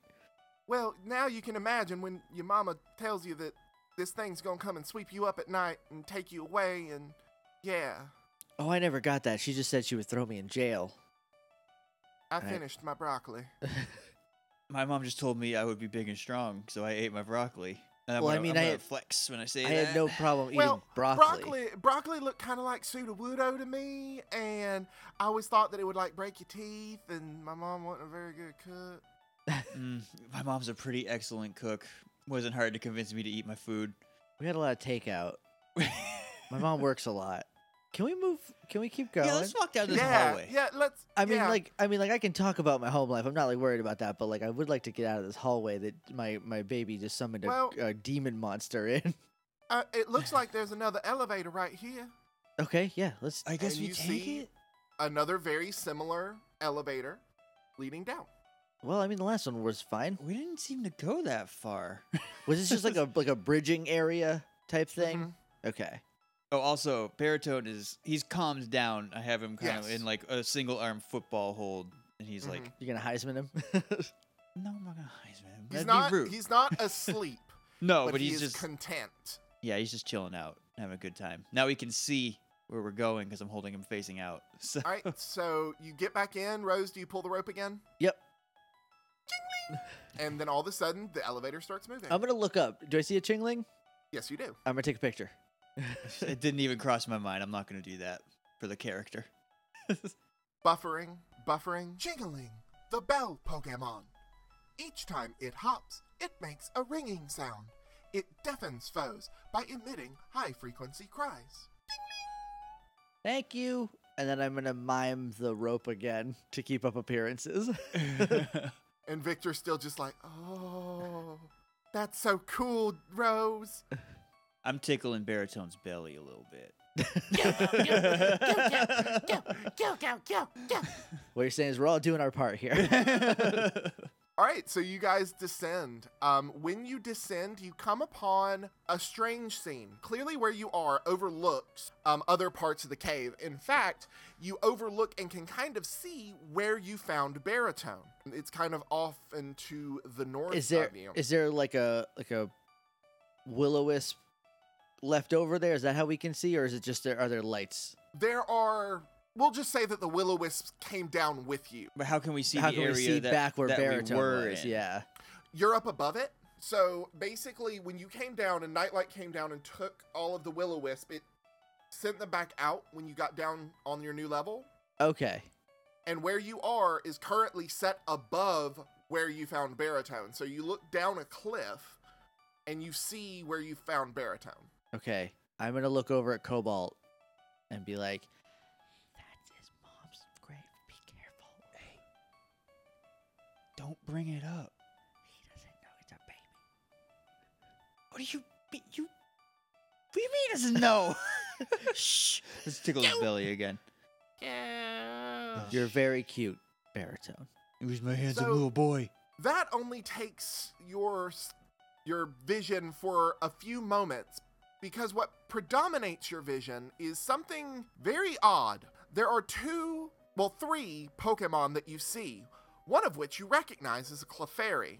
Speaker 1: Well, now you can imagine when your mama tells you that this thing's gonna come and sweep you up at night and take you away, and yeah,
Speaker 2: Oh, I never got that. She just said she would throw me in jail.
Speaker 1: I
Speaker 2: Right.
Speaker 1: finished my broccoli.
Speaker 3: My mom just told me I would be big and strong, so I ate my broccoli. And I'm
Speaker 2: Well, I
Speaker 3: gonna, I
Speaker 2: mean,
Speaker 3: mean,
Speaker 2: I
Speaker 3: i
Speaker 2: had-
Speaker 3: flex when I say
Speaker 2: I
Speaker 3: that.
Speaker 2: had no problem eating
Speaker 1: well,
Speaker 2: broccoli.
Speaker 1: broccoli broccoli looked kind of like pseudowudo to me, and I always thought that it would like break your teeth, and my mom wasn't a very good cook.
Speaker 3: Mm, my mom's a pretty excellent cook. Wasn't hard to convince me to eat my food.
Speaker 2: We had a lot of takeout. My mom works a lot. Can we move? Can we keep going?
Speaker 3: Yeah, let's walk down this
Speaker 1: yeah,
Speaker 3: hallway.
Speaker 1: yeah, let's.
Speaker 2: I mean,
Speaker 1: yeah.
Speaker 2: like, I mean, like, I can talk about my home life. I'm not like worried about that, but like, I would like to get out of this hallway that my my baby just summoned a,
Speaker 1: Well-
Speaker 2: a demon monster in.
Speaker 1: uh, it looks like there's another elevator right here.
Speaker 2: okay, yeah, let's.
Speaker 3: I guess
Speaker 1: And
Speaker 3: we
Speaker 1: you
Speaker 3: take
Speaker 1: see-
Speaker 3: it.
Speaker 1: Another very similar elevator leading down.
Speaker 2: Well, I mean, the last one was fine.
Speaker 3: We didn't seem to go that far.
Speaker 2: Was this just like a like a bridging area type thing?
Speaker 1: Mhm.
Speaker 2: Okay.
Speaker 3: oh, also, Baritone is he's calmed down. I have him kind of
Speaker 1: Yes.
Speaker 3: in like a single arm football hold, and he's like,
Speaker 1: Mhm.
Speaker 2: You're gonna Heisman him?
Speaker 3: "No, I'm not gonna Heisman him.
Speaker 1: Mm-hmm. He's
Speaker 3: That'd
Speaker 1: not.
Speaker 3: be rude."
Speaker 1: He's not asleep.
Speaker 3: no,
Speaker 1: but,
Speaker 3: Oh, but,
Speaker 1: he
Speaker 3: he's
Speaker 1: is
Speaker 3: just
Speaker 1: content.
Speaker 3: yeah, he's just chilling out, having a good time. Now he can see where we're going because I'm holding him facing out. So
Speaker 1: All right, so you get back in. Rose, do you pull the rope again?
Speaker 2: yep.
Speaker 1: And then all of a sudden, the elevator starts moving.
Speaker 2: I'm gonna look up. Do I see a Chingling?
Speaker 1: yes, you do.
Speaker 2: I'm gonna take a picture.
Speaker 3: it didn't even cross my mind. I'm not gonna do that for the character.
Speaker 1: Buffering, buffering. Jingling, the bell Pokemon. Each time it hops, it makes a ringing sound. It deafens foes by emitting high frequency cries.
Speaker 2: Thank you. And then I'm gonna mime the rope again to keep up appearances.
Speaker 1: And Victor's still just like, oh, that's so cool, Rose.
Speaker 3: I'm tickling Baritone's belly a little bit.
Speaker 1: Go, go, go, go.
Speaker 2: what you're saying is we're all doing our part here.
Speaker 1: All All right, so you guys descend. Um, when you descend, you come upon a strange scene. Clearly, where you are overlooks um, other parts of the cave. In fact, you overlook and can kind of see where you found Baritone. It's kind of off and to the north
Speaker 2: Is there
Speaker 1: of you.
Speaker 2: is there like a like a will o wisp left over there? Is that how we can see, or is it just there? Are there lights?
Speaker 1: there are. We'll just say that the will o wisps came down with you.
Speaker 3: But how can we see
Speaker 2: how
Speaker 3: the
Speaker 2: can
Speaker 3: area
Speaker 2: we see
Speaker 3: that,
Speaker 2: back where
Speaker 3: that we
Speaker 2: baritone
Speaker 3: were
Speaker 2: was?
Speaker 3: in?
Speaker 2: Yeah.
Speaker 1: You're up above it. So basically, when you came down and Nightlight came down and took all of the will o wisp, it sent them back out when you got down on your new level.
Speaker 2: Okay.
Speaker 1: and where you are is currently set above where you found baritone. So you look down a cliff and you see where you found baritone.
Speaker 2: Okay. I'm gonna look over at Cobalt and be like, "That's his mom's grave. Be careful. Hey,
Speaker 3: Don't bring it up.
Speaker 2: he doesn't know it's a baby."
Speaker 3: What do you mean? You, what do you mean doesn't know?
Speaker 2: Shh.
Speaker 3: This tickles his belly again.
Speaker 2: You're very cute, baritone.
Speaker 3: It was my handsome
Speaker 1: So-
Speaker 3: little boy.
Speaker 1: That only takes your s- your vision for a few moments because what predominates your vision is something very odd. There are two, well three Pokemon that you see, one of which you recognize as a Clefairy.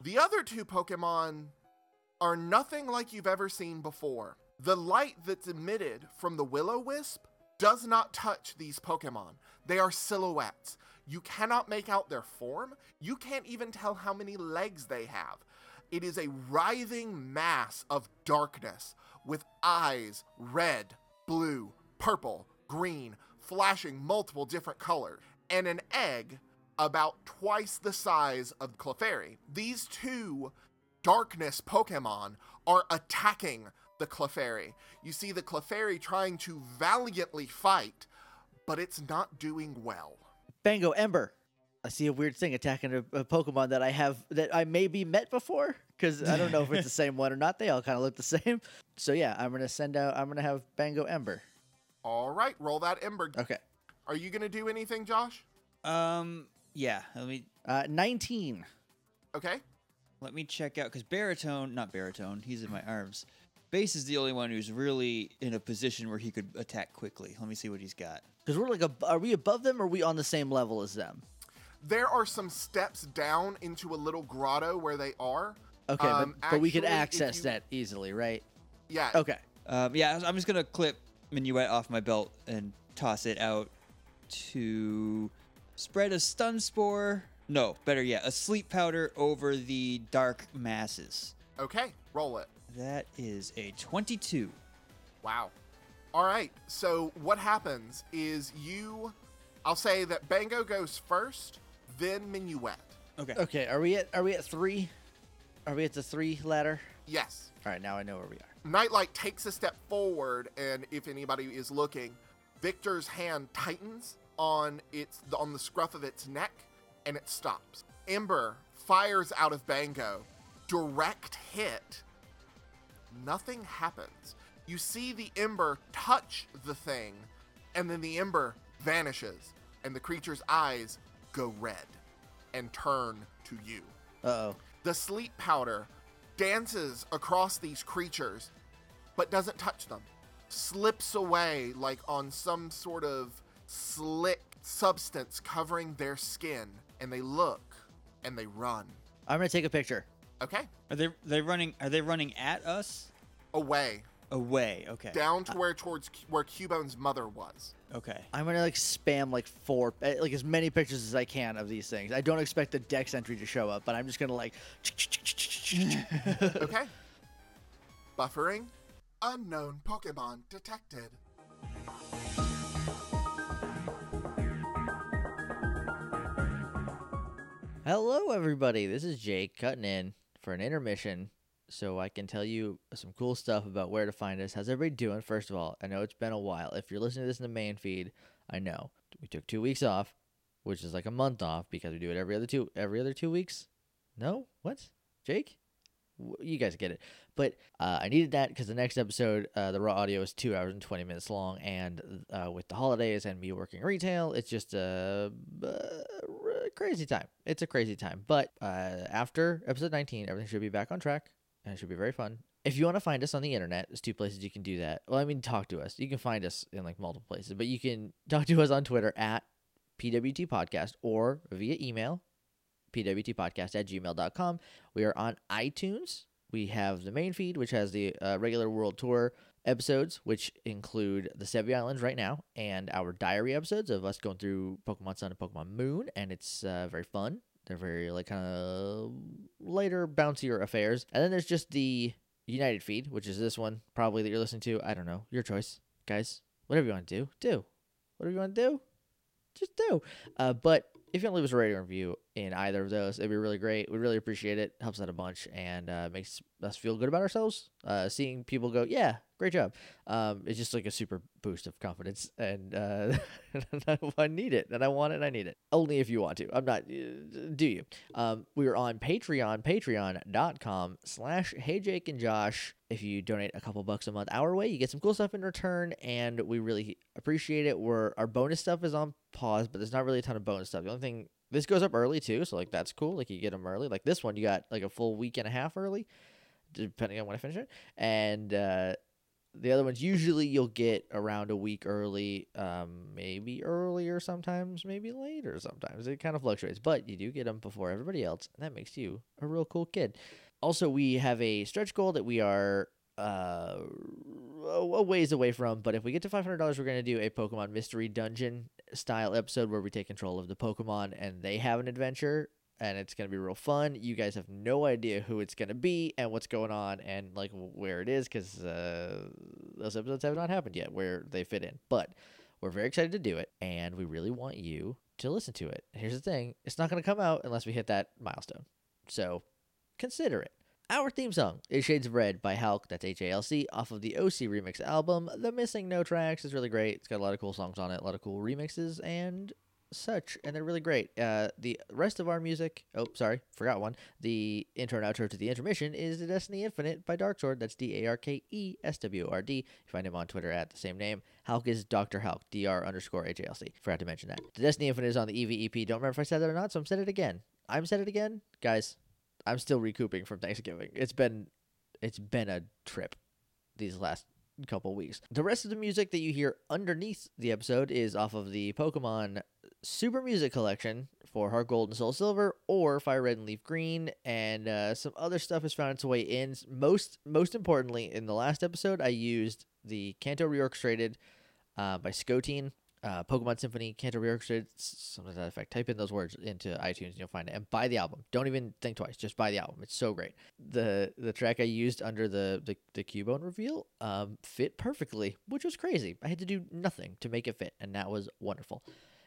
Speaker 1: The other two Pokemon are nothing like you've ever seen before. The light that's emitted from the Willow Wisp does not touch these Pokemon. They are silhouettes. You cannot make out their form. You can't even tell how many legs they have. It is a writhing mass of darkness with eyes red, blue, purple, green, flashing multiple different colors, and an egg about twice the size of Clefairy. These two darkness Pokemon are attacking the Clefairy. You see the Clefairy trying to valiantly fight, but it's not doing well.
Speaker 2: Bango Ember. I see a weird thing attacking a, a Pokemon that I have that I maybe met before because I don't know if it's the same one or not. They all kind of look the same. So yeah, I'm gonna send out. I'm gonna have Bango Ember.
Speaker 1: All right, roll that Ember.
Speaker 2: Okay.
Speaker 1: Are you going to do anything, Josh?
Speaker 3: Um, yeah. Let me
Speaker 2: Uh, 19.
Speaker 1: Okay.
Speaker 3: let me check out because baritone, not baritone. He's in my arms. Bass is the only one who's really in a position where he could attack quickly. Let me see what he's got.
Speaker 2: Because we're like, ab- are we above them or are we on the same level as them?
Speaker 1: There are some steps down into a little grotto where they are.
Speaker 2: Okay,
Speaker 1: Um,
Speaker 2: but, but we could
Speaker 1: actually, if
Speaker 2: access
Speaker 1: you-
Speaker 2: that easily, right?
Speaker 1: Yeah.
Speaker 2: Okay.
Speaker 3: Um, yeah, I'm just gonna clip Minuet off my belt and toss it out to spread a stun spore. No, better yet, a sleep powder over the dark masses.
Speaker 1: Okay. Roll it.
Speaker 3: That is a 22.
Speaker 1: Wow. All right. So what happens is you, I'll say that Bango goes first, then Minuet.
Speaker 3: Okay.
Speaker 2: Okay. Are we at? Are we at three? Are we at the three ladder?
Speaker 1: Yes.
Speaker 2: All right. Now I know where we are.
Speaker 1: Nightlight takes a step forward, and if anybody is looking, Victor's hand tightens on its on the scruff of its neck, and it stops. Ember fires out of Bango, direct hit. Nothing happens. You see the ember touch the thing, and then the ember vanishes, and the creature's eyes go red and turn to you.
Speaker 2: Uh oh.
Speaker 1: The sleep powder dances across these creatures, but doesn't touch them. Slips away like on some sort of slick substance covering their skin, and they look and they run.
Speaker 2: I'm gonna take a picture.
Speaker 1: Okay,
Speaker 3: Are they they running? Are they running at us?
Speaker 1: away
Speaker 3: Away. Okay.
Speaker 1: down to where towards where Cubone's mother was.
Speaker 3: Okay.
Speaker 2: I'm gonna like spam like four, eh, like as many pictures as I can of these things. I don't expect the Dex entry to show up, but I'm just gonna like.
Speaker 1: Okay, buffering. Unknown Pokemon detected.
Speaker 2: Hello, everybody. This is Jake cutting in for an intermission so I can tell you some cool stuff about where to find us. How's everybody doing? First of all, I know it's been a while. If you're listening to this in the main feed, I know we took two weeks off, which is like a month off because we do it every other two every other two weeks. No, what, Jake? W- You guys get it, but uh, I needed that because the next episode, uh, the raw audio is two hours and twenty minutes long, and uh, with the holidays and me working retail, it's just a uh, a crazy time. It's a crazy time. But uh, after episode 19, everything should be back on track and it should be very fun. If you want to find us on the internet, there's two places you can do that. Well, I mean, talk to us. You can find us in like multiple places, but you can talk to us on Twitter at PWT Podcast or via email, pwtpodcast at gmail.com. We are on iTunes. We have the main feed, which has the uh, regular world tour episodes, which include the Sevi Islands right now and our diary episodes of us going through Pokemon Sun and Pokemon Moon, and it's uh, very fun. They're very like kind of lighter, bouncier affairs. And then there's just the United feed, which is this one probably that you're listening to. I don't know, your choice, guys. Whatever you want to do, do. Whatever you want to do, just do. Uh, but if you want to leave us a rating or review in either of those, it'd be really great. We really appreciate it. Helps out a bunch and uh, makes us feel good about ourselves. Uh, seeing people go, yeah, great job. Um, it's just like a super boost of confidence, and uh, I need it, and I want it, and I need it. Only if you want to. I'm not. uh, Do you? Um, we are on Patreon, patreon.com slash Hey Jake and Josh. If you donate a couple bucks a month our way, you get some cool stuff in return, and we really appreciate it. We're our bonus stuff is on pause, but there's not really a ton of bonus stuff. The only thing this goes up early too, so like that's cool. Like you get them early. Like this one, you got like a full week and a half early, depending on when I finish it, and. uh the other ones usually you'll get around a week early, um, maybe earlier sometimes, maybe later sometimes. It kind of fluctuates, but you do get them before everybody else, and that makes you a real cool kid. Also, we have a stretch goal that we are uh, a a ways away from, but if we get to five hundred dollars, we're gonna do a Pokemon Mystery Dungeon style episode where we take control of the Pokemon and they have an adventure. And it's gonna be real fun. You guys have no idea who it's gonna be and what's going on and like where it is because uh, those episodes have not happened yet where they fit in. But we're very excited to do it, and we really want you to listen to it. Here's the thing: it's not gonna come out unless we hit that milestone. So consider it. Our theme song is Shades of Red by Halk, that's H A L C, off of the OC remix album. The Missing No Tracks is really great. It's got a lot of cool songs on it, a lot of cool remixes and such, and they're really great. Uh, the rest of our music, oh, sorry, forgot one. The intro and outro to the intermission is The Destiny Infinite by Darksword, that's D A R K E S W R D. You find him on Twitter at the same name. Halk is Dr. Halk, D R underscore H A L C. Forgot to mention that. The Destiny Infinite is on the E EVEP. Don't remember if I said that or not, so I'm said it again. I'm said it again. Guys, I'm still recouping from Thanksgiving. It's been it's been a trip these last couple weeks. The rest of the music that you hear underneath the episode is off of the Pokemon Super Music Collection for Heart Gold and Soul Silver or Fire Red and Leaf Green and uh, some other stuff has found its way in. Most most importantly, in the last episode I used the Kanto Reorchestrated uh, by Scotine. Uh, Pokemon Symphony, Canto Reorchestrated, s- something to that effect. Type in those words into iTunes and you'll find it. And buy the album. Don't even think twice. Just buy the album. It's so great. The the track I used under the the, the Cubone reveal um, fit perfectly, which was crazy. I had to do nothing to make it fit, and that was wonderful.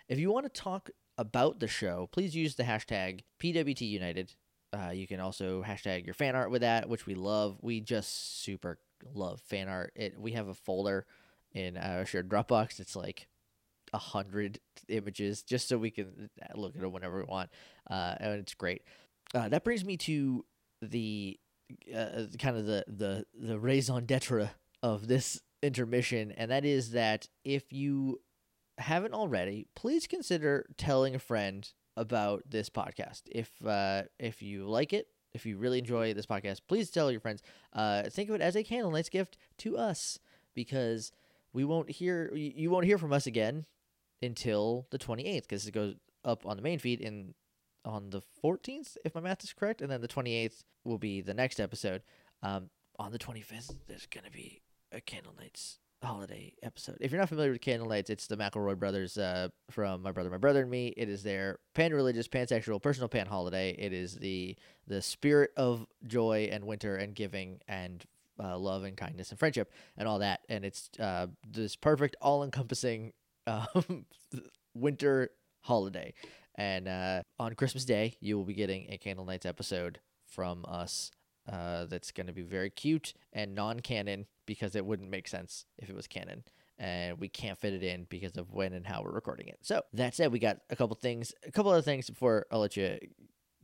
Speaker 2: If you want to talk about the show, please use the hashtag PWTUnited. Uh, you can also hashtag your fan art with that, which we love. We just super love fan art. It we have a folder in our shared Dropbox. It's like a hundred images just so we can look at it whenever we want, uh, and it's great. Uh, that brings me to the uh, kind of the the the raison d'être of this intermission, and that is that if you haven't already, please consider telling a friend about this podcast. If uh, if you like it, if you really enjoy this podcast, please tell your friends. Uh, think of it as a candle night's gift to us because we won't hear you you won't hear from us again until the 28th because it goes up on the main feed in on the 14th if my math is correct and then the 28th will be the next episode um, on the 25th there's going to be a candle nights holiday episode if you're not familiar with candle nights it's the mcelroy brothers uh, from my brother my brother and me it is their pan-religious pansexual personal pan holiday it is the the spirit of joy and winter and giving and uh, love and kindness and friendship and all that. And it's uh, this perfect, all encompassing um, winter holiday. And uh, on Christmas Day, you will be getting a Candle Nights episode from us uh, that's going to be very cute and non canon because it wouldn't make sense if it was canon. And we can't fit it in because of when and how we're recording it. So that said, we got a couple things, a couple other things before I'll let you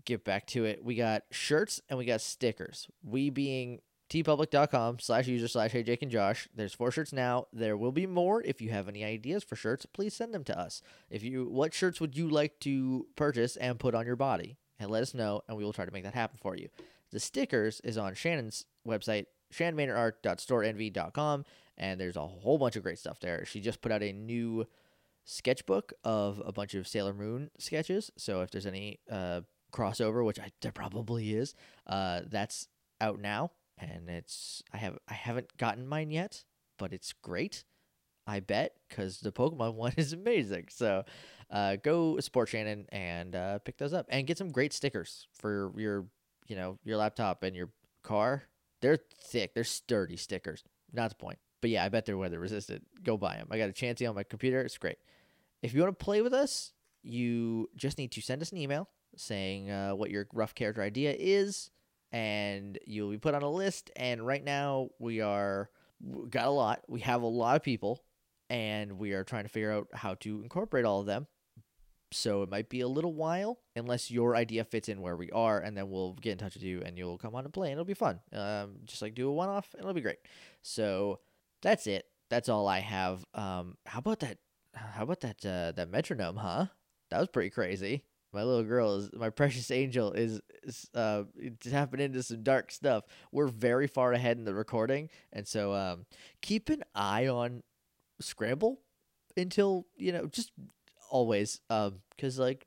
Speaker 2: get back to it. We got shirts and we got stickers. We being tpublic.com slash user slash hey jake and josh there's four shirts now there will be more if you have any ideas for shirts please send them to us if you what shirts would you like to purchase and put on your body and let us know and we will try to make that happen for you the stickers is on shannon's website shannonmaynardart.storenv.com and there's a whole bunch of great stuff there she just put out a new sketchbook of a bunch of sailor moon sketches so if there's any uh crossover which I, there probably is uh that's out now and it's I have I haven't gotten mine yet, but it's great. I bet because the Pokemon one is amazing. So uh, go support Shannon and uh, pick those up and get some great stickers for your you know your laptop and your car. They're thick. They're sturdy stickers. Not the point. But yeah, I bet they're weather resistant. Go buy them. I got a Chansey on my computer. It's great. If you want to play with us, you just need to send us an email saying uh, what your rough character idea is and you'll be put on a list. And right now we are we got a lot. We have a lot of people, and we are trying to figure out how to incorporate all of them. So it might be a little while unless your idea fits in where we are, and then we'll get in touch with you and you'll come on and play, and it'll be fun. Um, just like do a one off, and it'll be great. So that's it. That's all I have. Um, how about that? How about that? Uh, that metronome, huh? That was pretty crazy my little girl is my precious angel is, is uh tapping into some dark stuff we're very far ahead in the recording and so um keep an eye on scramble until you know just always um because like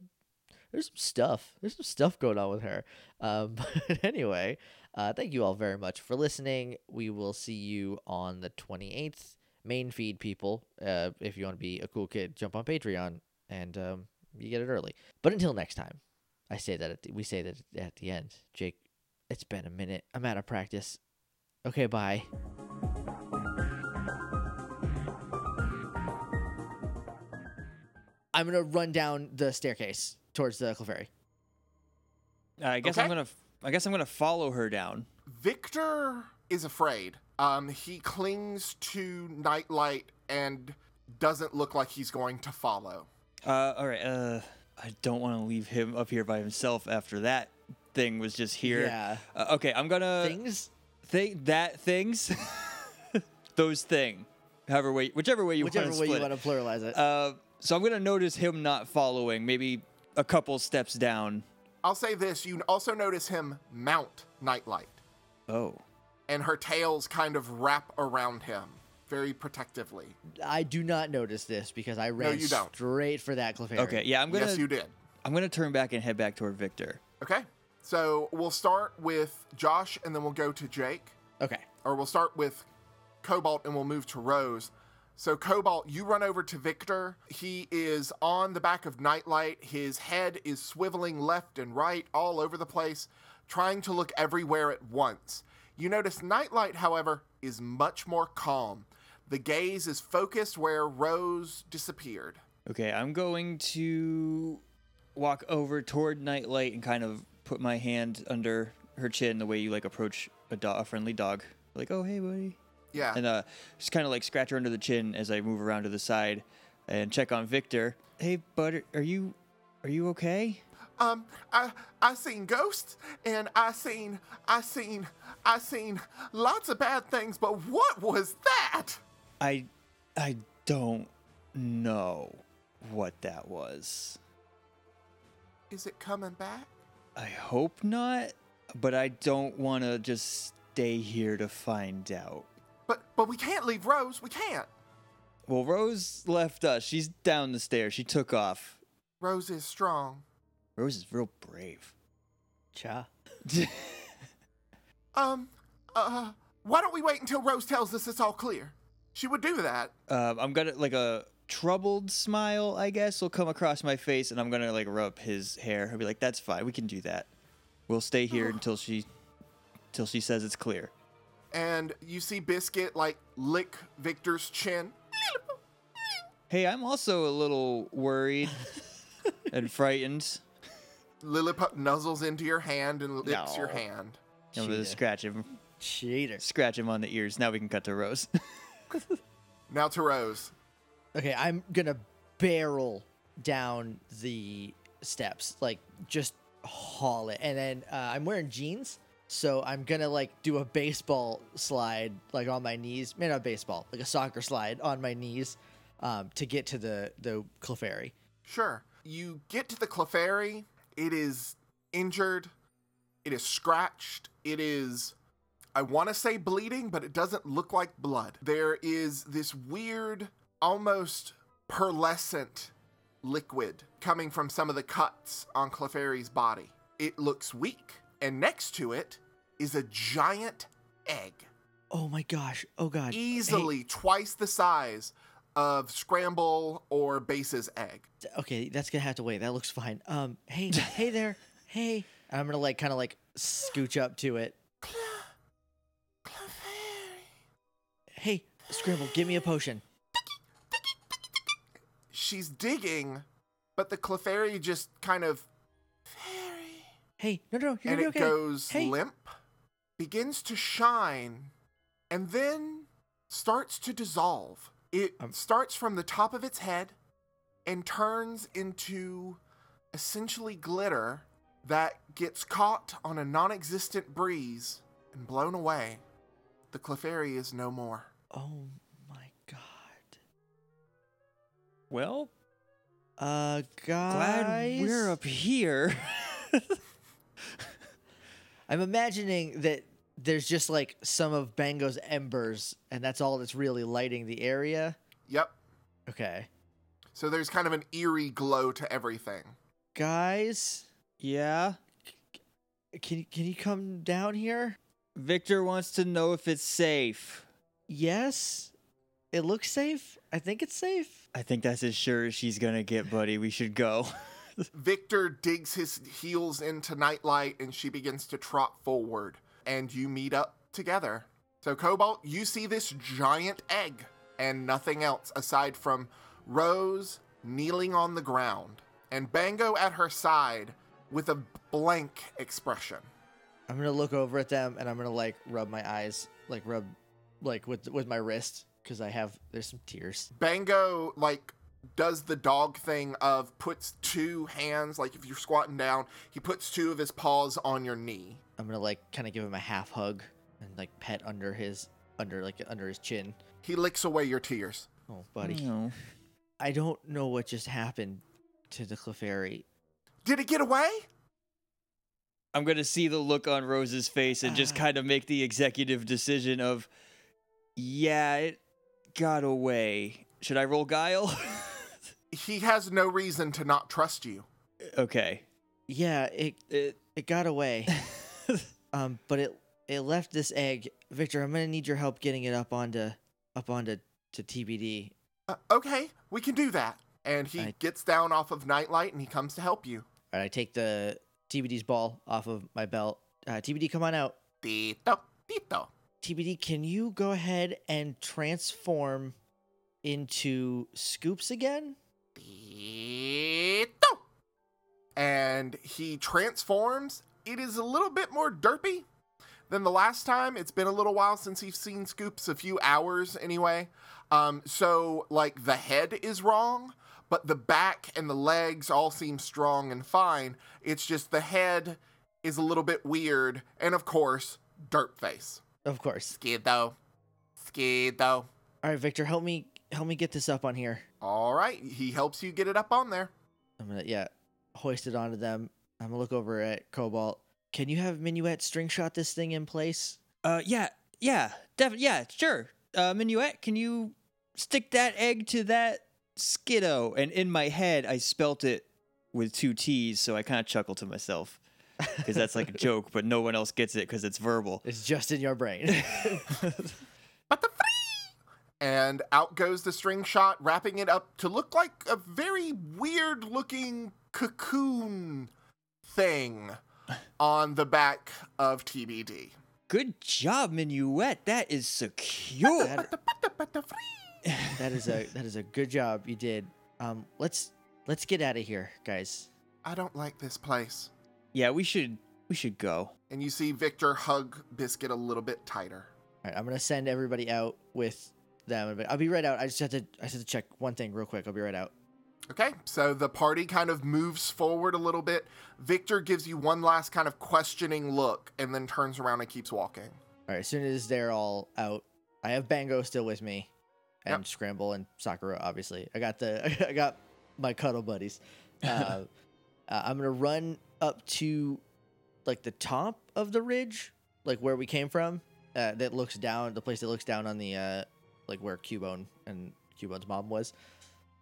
Speaker 2: there's some stuff there's some stuff going on with her um but anyway uh thank you all very much for listening we will see you on the 28th main feed people uh if you want to be a cool kid jump on patreon and um you get it early. But until next time, I say that at the, we say that at the end. Jake, it's been a minute. I'm out of practice. Okay, bye. I'm gonna run down the staircase towards the Clefairy.
Speaker 3: Uh, I guess I'm
Speaker 1: Okay.
Speaker 3: gonna. f- I guess I'm gonna follow her down.
Speaker 1: Victor is afraid. Um, he clings to Nightlight and doesn't look like he's going to follow.
Speaker 3: Uh, all right. Uh, I don't want to leave him up here by himself after that thing was just here.
Speaker 2: Yeah.
Speaker 3: Uh, okay, I'm gonna
Speaker 2: Things,
Speaker 3: think that things, those thing, however way, whichever way you
Speaker 2: whichever
Speaker 3: want to
Speaker 2: way you
Speaker 3: split.
Speaker 2: want
Speaker 3: it.
Speaker 2: to pluralize it.
Speaker 3: Uh, so I'm gonna notice him not following, maybe a couple steps down.
Speaker 1: I'll say this you also notice him mount Nightlight,
Speaker 3: Oh.
Speaker 1: and her tails kind of wrap around him very protectively.
Speaker 2: I do not notice this because I ran
Speaker 1: you don't.
Speaker 2: straight for that Clefairy.
Speaker 3: Okay. Yeah, I'm gonna.
Speaker 1: Yes, you did.
Speaker 3: I'm gonna turn back and head back toward Victor.
Speaker 1: Okay. So we'll start with Josh and then we'll go to Jake.
Speaker 2: Okay.
Speaker 1: Or we'll start with Cobalt and we'll move to Rose. So, Cobalt, you run over to Victor. He is on the back of Nightlight. His head is swiveling left and right all over the place, trying to look everywhere at once. You notice Nightlight, however, is much more calm. The gaze is focused where Rose disappeared.
Speaker 3: Okay, I'm going to walk over toward Nightlight and kind of put my hand under her chin the way you like approach a, do- a friendly dog. Like, oh hey buddy,
Speaker 1: Yeah.
Speaker 3: and uh, just kind of like scratch her under the chin as I move around to the side and check on Victor. Hey bud, are you are you okay?
Speaker 1: um i i seen ghosts and i seen i seen i seen lots of bad things but what was that
Speaker 3: I I don't know what that was.
Speaker 1: is it coming back
Speaker 3: I hope not, but I don't want to just stay here to find out.
Speaker 1: but but we can't leave rose we can't
Speaker 3: Well, Rose left us. She's down the stairs. She took off.
Speaker 1: rose is strong
Speaker 3: Rose is real brave.
Speaker 2: Cha.
Speaker 1: um uh why don't we wait until rose tells us it's all clear she would do that
Speaker 3: um, I'm gonna like a troubled smile, I guess, will come across my face, and I'm gonna like rub his hair. I'll be like, "That's fine. We can do that. We'll stay here until she, till she says it's clear."
Speaker 1: and you see biscuit like lick victor's chin
Speaker 3: Hey, I'm also a little worried and frightened.
Speaker 1: lilliput nuzzles into your hand and licks your
Speaker 3: No.
Speaker 1: hand
Speaker 3: I'm gonna
Speaker 2: Cheater.
Speaker 3: scratch him,
Speaker 2: Cheater.
Speaker 3: scratch him on the ears. Now we can cut to Rose.
Speaker 1: now to rose
Speaker 2: Okay, I'm gonna barrel down the steps, like just haul it. And then uh, I'm wearing jeans, So I'm gonna like do a baseball slide like on my knees, maybe not baseball, like a soccer slide on my knees, um, to get to the the Clefairy.
Speaker 1: Sure. You get to the Clefairy. It is injured. It is scratched. It is, I want to say bleeding, but it doesn't look like blood. There is this weird, almost pearlescent liquid coming from some of the cuts on Clefairy's body. It looks weak. And next to it is a giant egg,
Speaker 2: Oh my gosh! Oh god! Hey,
Speaker 1: easily twice the size of Scramble or Base's egg.
Speaker 2: okay, that's gonna have to wait. That looks fine. Um, hey, hey there, hey. And I'm gonna like kind of like scooch up to it. Hey, Scribble, give me a potion.
Speaker 1: she's digging, but the Clefairy just kind of
Speaker 2: Hey, no, no, you're gonna
Speaker 1: and
Speaker 2: be
Speaker 1: it
Speaker 2: okay.
Speaker 1: goes
Speaker 2: hey.
Speaker 1: limp, begins to shine, and then starts to dissolve. It
Speaker 2: Um,
Speaker 1: starts from the top of its head and turns into essentially glitter that gets caught on a non existent breeze and blown away. The Clefairy is no more.
Speaker 2: Oh my god.
Speaker 3: Well,
Speaker 2: Uh, guys.
Speaker 3: glad we're up here.
Speaker 2: I'm imagining that there's just like some of Bango's embers, and that's all that's really lighting the area.
Speaker 1: Yep.
Speaker 2: Okay,
Speaker 1: So there's kind of an eerie glow to everything.
Speaker 2: guys,
Speaker 3: yeah.
Speaker 2: can can you come down here?
Speaker 3: Victor wants to know if it's safe.
Speaker 2: Yes, it looks safe. I think it's safe.
Speaker 3: I think that's as sure as she's gonna get, buddy. We should go.
Speaker 1: Victor digs his heels into Nightlight and she begins to trot forward, and you meet up together. So, Cobalt, you see this giant egg and nothing else aside from Rose kneeling on the ground and Bango at her side with a blank expression.
Speaker 2: I'm gonna look over at them, and I'm gonna like rub my eyes, like rub, like with with my wrist, because I have there's some tears.
Speaker 1: Bango like does the dog thing of puts two hands like if you're squatting down, he puts two of his paws on your knee.
Speaker 2: I'm gonna like kind of give him a half hug and like pet under his under like under his chin.
Speaker 1: He licks away your tears.
Speaker 2: Oh, buddy.
Speaker 3: No.
Speaker 2: I don't know what just happened to the Clefairy.
Speaker 1: Did it get away?
Speaker 3: I'm gonna see the look on Rose's face and just
Speaker 2: Ah.
Speaker 3: kind of make the executive decision of, yeah, it got away. Should I roll guile?
Speaker 1: he has no reason to not trust you.
Speaker 3: okay.
Speaker 2: Yeah, it
Speaker 3: It,
Speaker 2: it got away. um, but it it left this egg. Victor, I'm gonna need your help getting it up onto up onto to TBD.
Speaker 1: Uh, okay, we can do that. And he
Speaker 2: I-
Speaker 1: gets down off of Nightlight and he comes to help you.
Speaker 2: All right, I take the TBD's ball off of my belt. Uh, TBD, come on out.
Speaker 1: Tito, Tito.
Speaker 2: TBD, can you go ahead and transform into Scoops again?
Speaker 1: Tito. And he transforms. It is a little bit more derpy than the last time. It's been a little while since he's seen Scoops, a few hours anyway. Um, so, like, the head is wrong, but the back and the legs all seem strong and fine. It's just the head is a little bit weird. And of course, dirt face.
Speaker 2: Of course.
Speaker 1: Skiddo. Skiddo.
Speaker 2: All right, Victor, help me help me get this up on here.
Speaker 1: All right. He helps you get it up on there.
Speaker 2: I'm gonna yeah, hoist it onto them. I'm gonna look over at Cobalt. Can you have Minuet string shot this thing in place?
Speaker 3: uh, yeah, yeah, definitely, yeah, sure. Uh, Minuet, can you stick that egg to that skiddo? And in my head, I spelt it with two T's, so I kind of chuckle to myself because that's like a joke, but no one else gets it because it's verbal.
Speaker 2: It's just in your brain.
Speaker 1: But the And out goes the string shot, wrapping it up to look like a very weird looking cocoon thing on the back of TBD.
Speaker 3: Good job, Minuet. That is secure.
Speaker 2: that, that is a that is a good job you did. Um, let's let's get out of here, guys.
Speaker 1: I don't like this place.
Speaker 3: yeah, we should we should go.
Speaker 1: And you see Victor hug Biscuit a little bit tighter.
Speaker 2: All right, I'm gonna send everybody out with them. I'll be right out. I just have to I just have to check one thing real quick. I'll be right out.
Speaker 1: Okay, so the party kind of moves forward a little bit. Victor gives you one last kind of questioning look and then turns around and keeps walking.
Speaker 2: All right, as soon as they're all out, I have Bango still with me, and
Speaker 1: Yep.
Speaker 2: Scramble and Sakura. Obviously, I got the I got my cuddle buddies. Uh, uh, I'm gonna run up to like the top of the ridge, like where we came from. Uh, that looks down the place that looks down on the uh, like where Cubone and Cubone's mom was.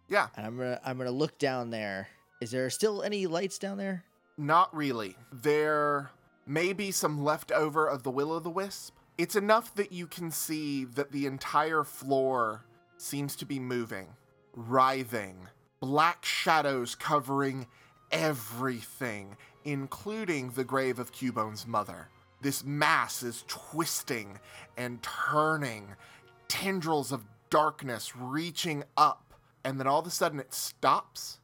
Speaker 1: Yeah.
Speaker 2: and I'm gonna I'm gonna look down there. Is there still any lights down there?
Speaker 1: Not really. There may be some leftover of the Will o' the Wisp. It's enough that you can see that the entire floor seems to be moving, writhing, black shadows covering everything, including the grave of Cubone's mother. This mass is twisting and turning, tendrils of darkness reaching up, and then all of a sudden it stops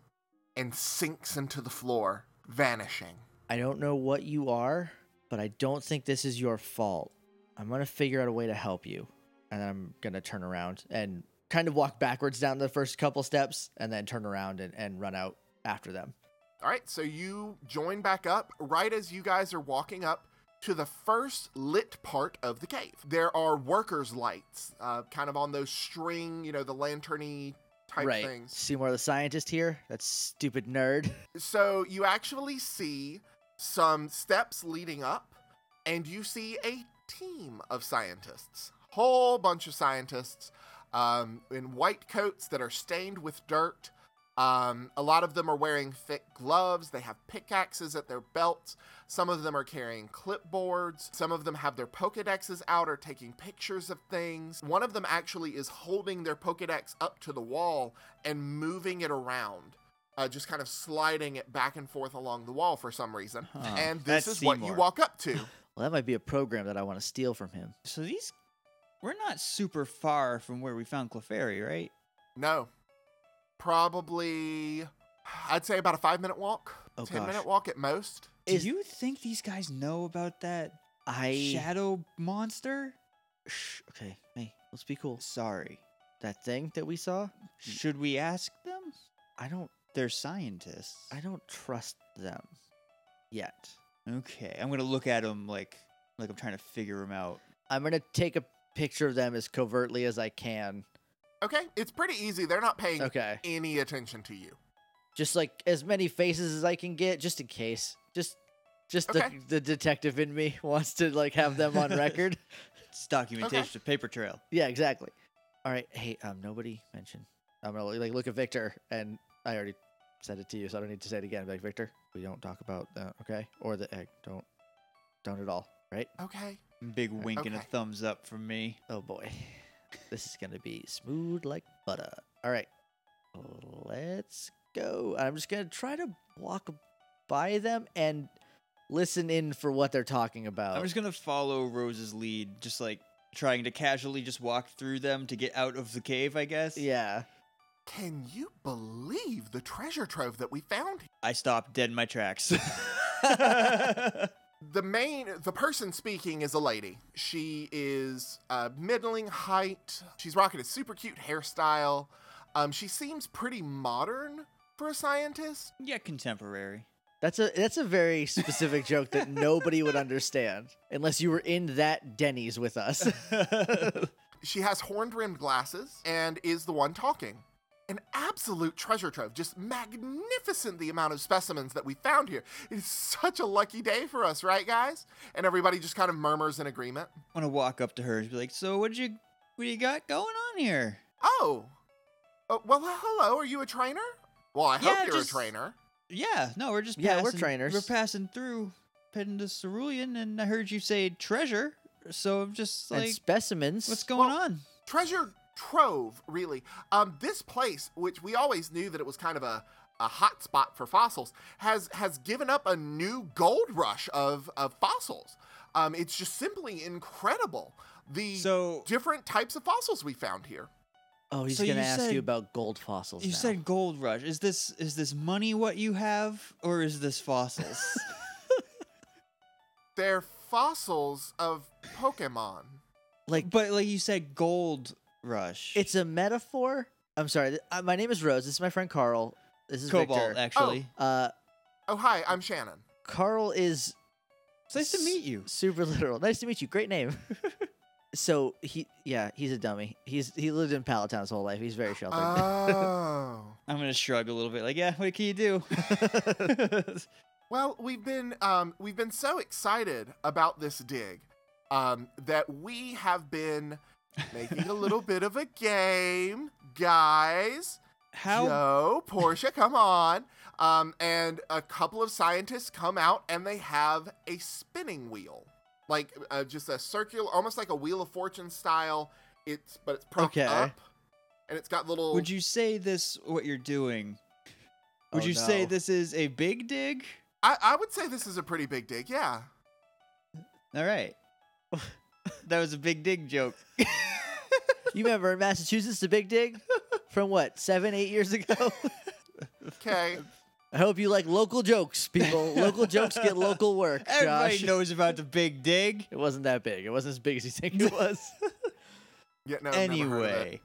Speaker 1: and sinks into the floor, vanishing.
Speaker 2: I don't know what you are, but I don't think this is your fault. I'm gonna figure out a way to help you. And then I'm gonna turn around and kind of walk backwards down the first couple steps and then turn around and, and run out after them.
Speaker 1: All right, so you join back up right as you guys are walking up to the first lit part of the cave. There are workers' lights, uh, kind of on those string, you know, the lanterny type things.
Speaker 2: Seymour the scientist here, that stupid nerd.
Speaker 1: So you actually see some steps leading up, and you see a team of scientists, whole bunch of scientists, um, in white coats that are stained with dirt. Um, a lot of them are wearing thick gloves. They have pickaxes at their belts. Some of them are carrying clipboards. Some of them have their Pokedexes out or taking pictures of things. One of them actually is holding their Pokedex up to the wall and moving it around uh, just kind of sliding it back and forth along the wall for some reason. and this
Speaker 3: That's
Speaker 1: is what you
Speaker 3: Seymour.
Speaker 1: walk up to.
Speaker 2: Well, that might be a program that I want to steal from him.
Speaker 3: So these, we're not super far from where we found Clefairy, right?
Speaker 1: no. Probably, I'd say about a five minute walk,
Speaker 2: Oh,
Speaker 1: 10
Speaker 2: gosh.
Speaker 1: minute walk at most.
Speaker 3: Do
Speaker 2: Is-
Speaker 3: you think these guys know about that
Speaker 2: I
Speaker 3: shadow monster?
Speaker 2: Shh, okay, hey, let's be cool.
Speaker 3: Sorry.
Speaker 2: That thing that we saw,
Speaker 3: Should we ask them?
Speaker 2: I don't
Speaker 3: They're scientists.
Speaker 2: I don't trust them yet.
Speaker 3: Okay, I'm gonna look at them like like I'm trying to figure them out.
Speaker 2: I'm gonna take a picture of them as covertly as I can.
Speaker 1: Okay. It's pretty easy. They're not paying
Speaker 2: Okay.
Speaker 1: any attention to you.
Speaker 2: Just like as many faces as I can get, just in case. Just just
Speaker 1: Okay.
Speaker 2: the, the detective in me wants to like have them on record.
Speaker 3: It's documentation, a paper trail.
Speaker 2: yeah, exactly. All right. Hey, um nobody mentioned. I'm gonna like look at Victor and I already said it to you, so I don't need to say it again. Like Victor, we don't talk about that, okay? Or the egg. Don't don't at all, right?
Speaker 1: Okay.
Speaker 3: Big
Speaker 2: Uh,
Speaker 3: wink and a
Speaker 1: Okay.
Speaker 3: thumbs up from me.
Speaker 2: Oh boy. This is going to be smooth like butter. All right. Let's go. I'm just going to try to walk by them and listen in for what they're talking about.
Speaker 3: I'm just gonna follow Rose's lead, just like trying to casually just walk through them to get out of the cave, I guess.
Speaker 2: yeah.
Speaker 1: Can you believe the treasure trove that we found?
Speaker 3: I stopped dead in my tracks.
Speaker 1: the main the person speaking is a lady she is uh, middling height she's rocking a super cute hairstyle um, she seems pretty modern for a scientist
Speaker 3: yeah, contemporary.
Speaker 2: That's a that's a very specific joke that nobody would understand unless you were in that Denny's with us.
Speaker 1: she has horned rimmed glasses and is the one talking an absolute treasure trove just magnificent the amount of specimens that we found here it's such a lucky day for us right guys and everybody just kind of murmurs in agreement
Speaker 3: I'm gonna walk up to her and be like, "So what you what you got going on here?"
Speaker 1: oh uh, well hello are you a trainer well i hope
Speaker 3: Yeah,
Speaker 1: you're
Speaker 3: just-
Speaker 1: a trainer
Speaker 3: Yeah, no, we're just
Speaker 2: Yeah, we're
Speaker 3: passing-
Speaker 2: trainers.
Speaker 3: We're passing through heading to Cerulean, and I heard you say treasure, so I'm just like,
Speaker 2: and specimens.
Speaker 3: what's going
Speaker 1: Well-
Speaker 3: on?
Speaker 1: treasure trove really um this place which we always knew that it was kind of a a hot spot for fossils has has given up a new gold rush of of fossils um it's just simply incredible the
Speaker 3: So
Speaker 1: different types of fossils we found here
Speaker 2: oh, he's
Speaker 3: So
Speaker 2: going to
Speaker 3: you
Speaker 2: ask
Speaker 3: said-
Speaker 2: you about gold fossils.
Speaker 3: you
Speaker 2: now.
Speaker 3: said gold rush. Is this is this money what you have, or is this fossils?
Speaker 1: they're fossils of pokemon
Speaker 2: like
Speaker 3: but like you said, gold rush.
Speaker 2: It's a metaphor. I'm sorry. th- uh, My name is Rose. This is my friend Carl. This is
Speaker 3: Cobalt,
Speaker 2: Victor.
Speaker 3: actually.
Speaker 2: Uh,
Speaker 1: Oh, hi, I'm Shannon.
Speaker 2: Carl is
Speaker 3: It's nice to meet you.
Speaker 2: super literal. Nice to meet you. Great name. so he, yeah, he's a dummy. He's he lived in Palatown his whole life. He's very sheltered.
Speaker 3: Uh.
Speaker 1: Oh.
Speaker 3: I'm gonna shrug a little bit, like, yeah, what can you do?
Speaker 1: Well, we've been um, we've been so excited about this dig um, that we have been making a little bit of a game, guys.
Speaker 3: How
Speaker 1: Joe, Portia, come on! Um, and a couple of scientists come out and they have a spinning wheel, like uh, just a circular, almost like a Wheel of Fortune style. It's but it's propped
Speaker 2: Okay.
Speaker 1: up, and it's got little.
Speaker 3: would you say this? What you're doing? Would
Speaker 2: Oh,
Speaker 3: you say
Speaker 2: no.
Speaker 3: this is a big dig?
Speaker 1: I, I would say this is a pretty big dig. Yeah.
Speaker 3: All right, that was a big dig joke.
Speaker 2: you remember in Massachusetts the Big Dig from what seven eight years ago?
Speaker 1: Okay.
Speaker 2: I hope you like local jokes, people. local jokes get local work.
Speaker 3: Everybody
Speaker 2: Josh.
Speaker 3: knows about the big dig.
Speaker 2: It wasn't that big. It wasn't as big as you think it was.
Speaker 1: Yeah. No. I've never heard of it.
Speaker 3: anyway,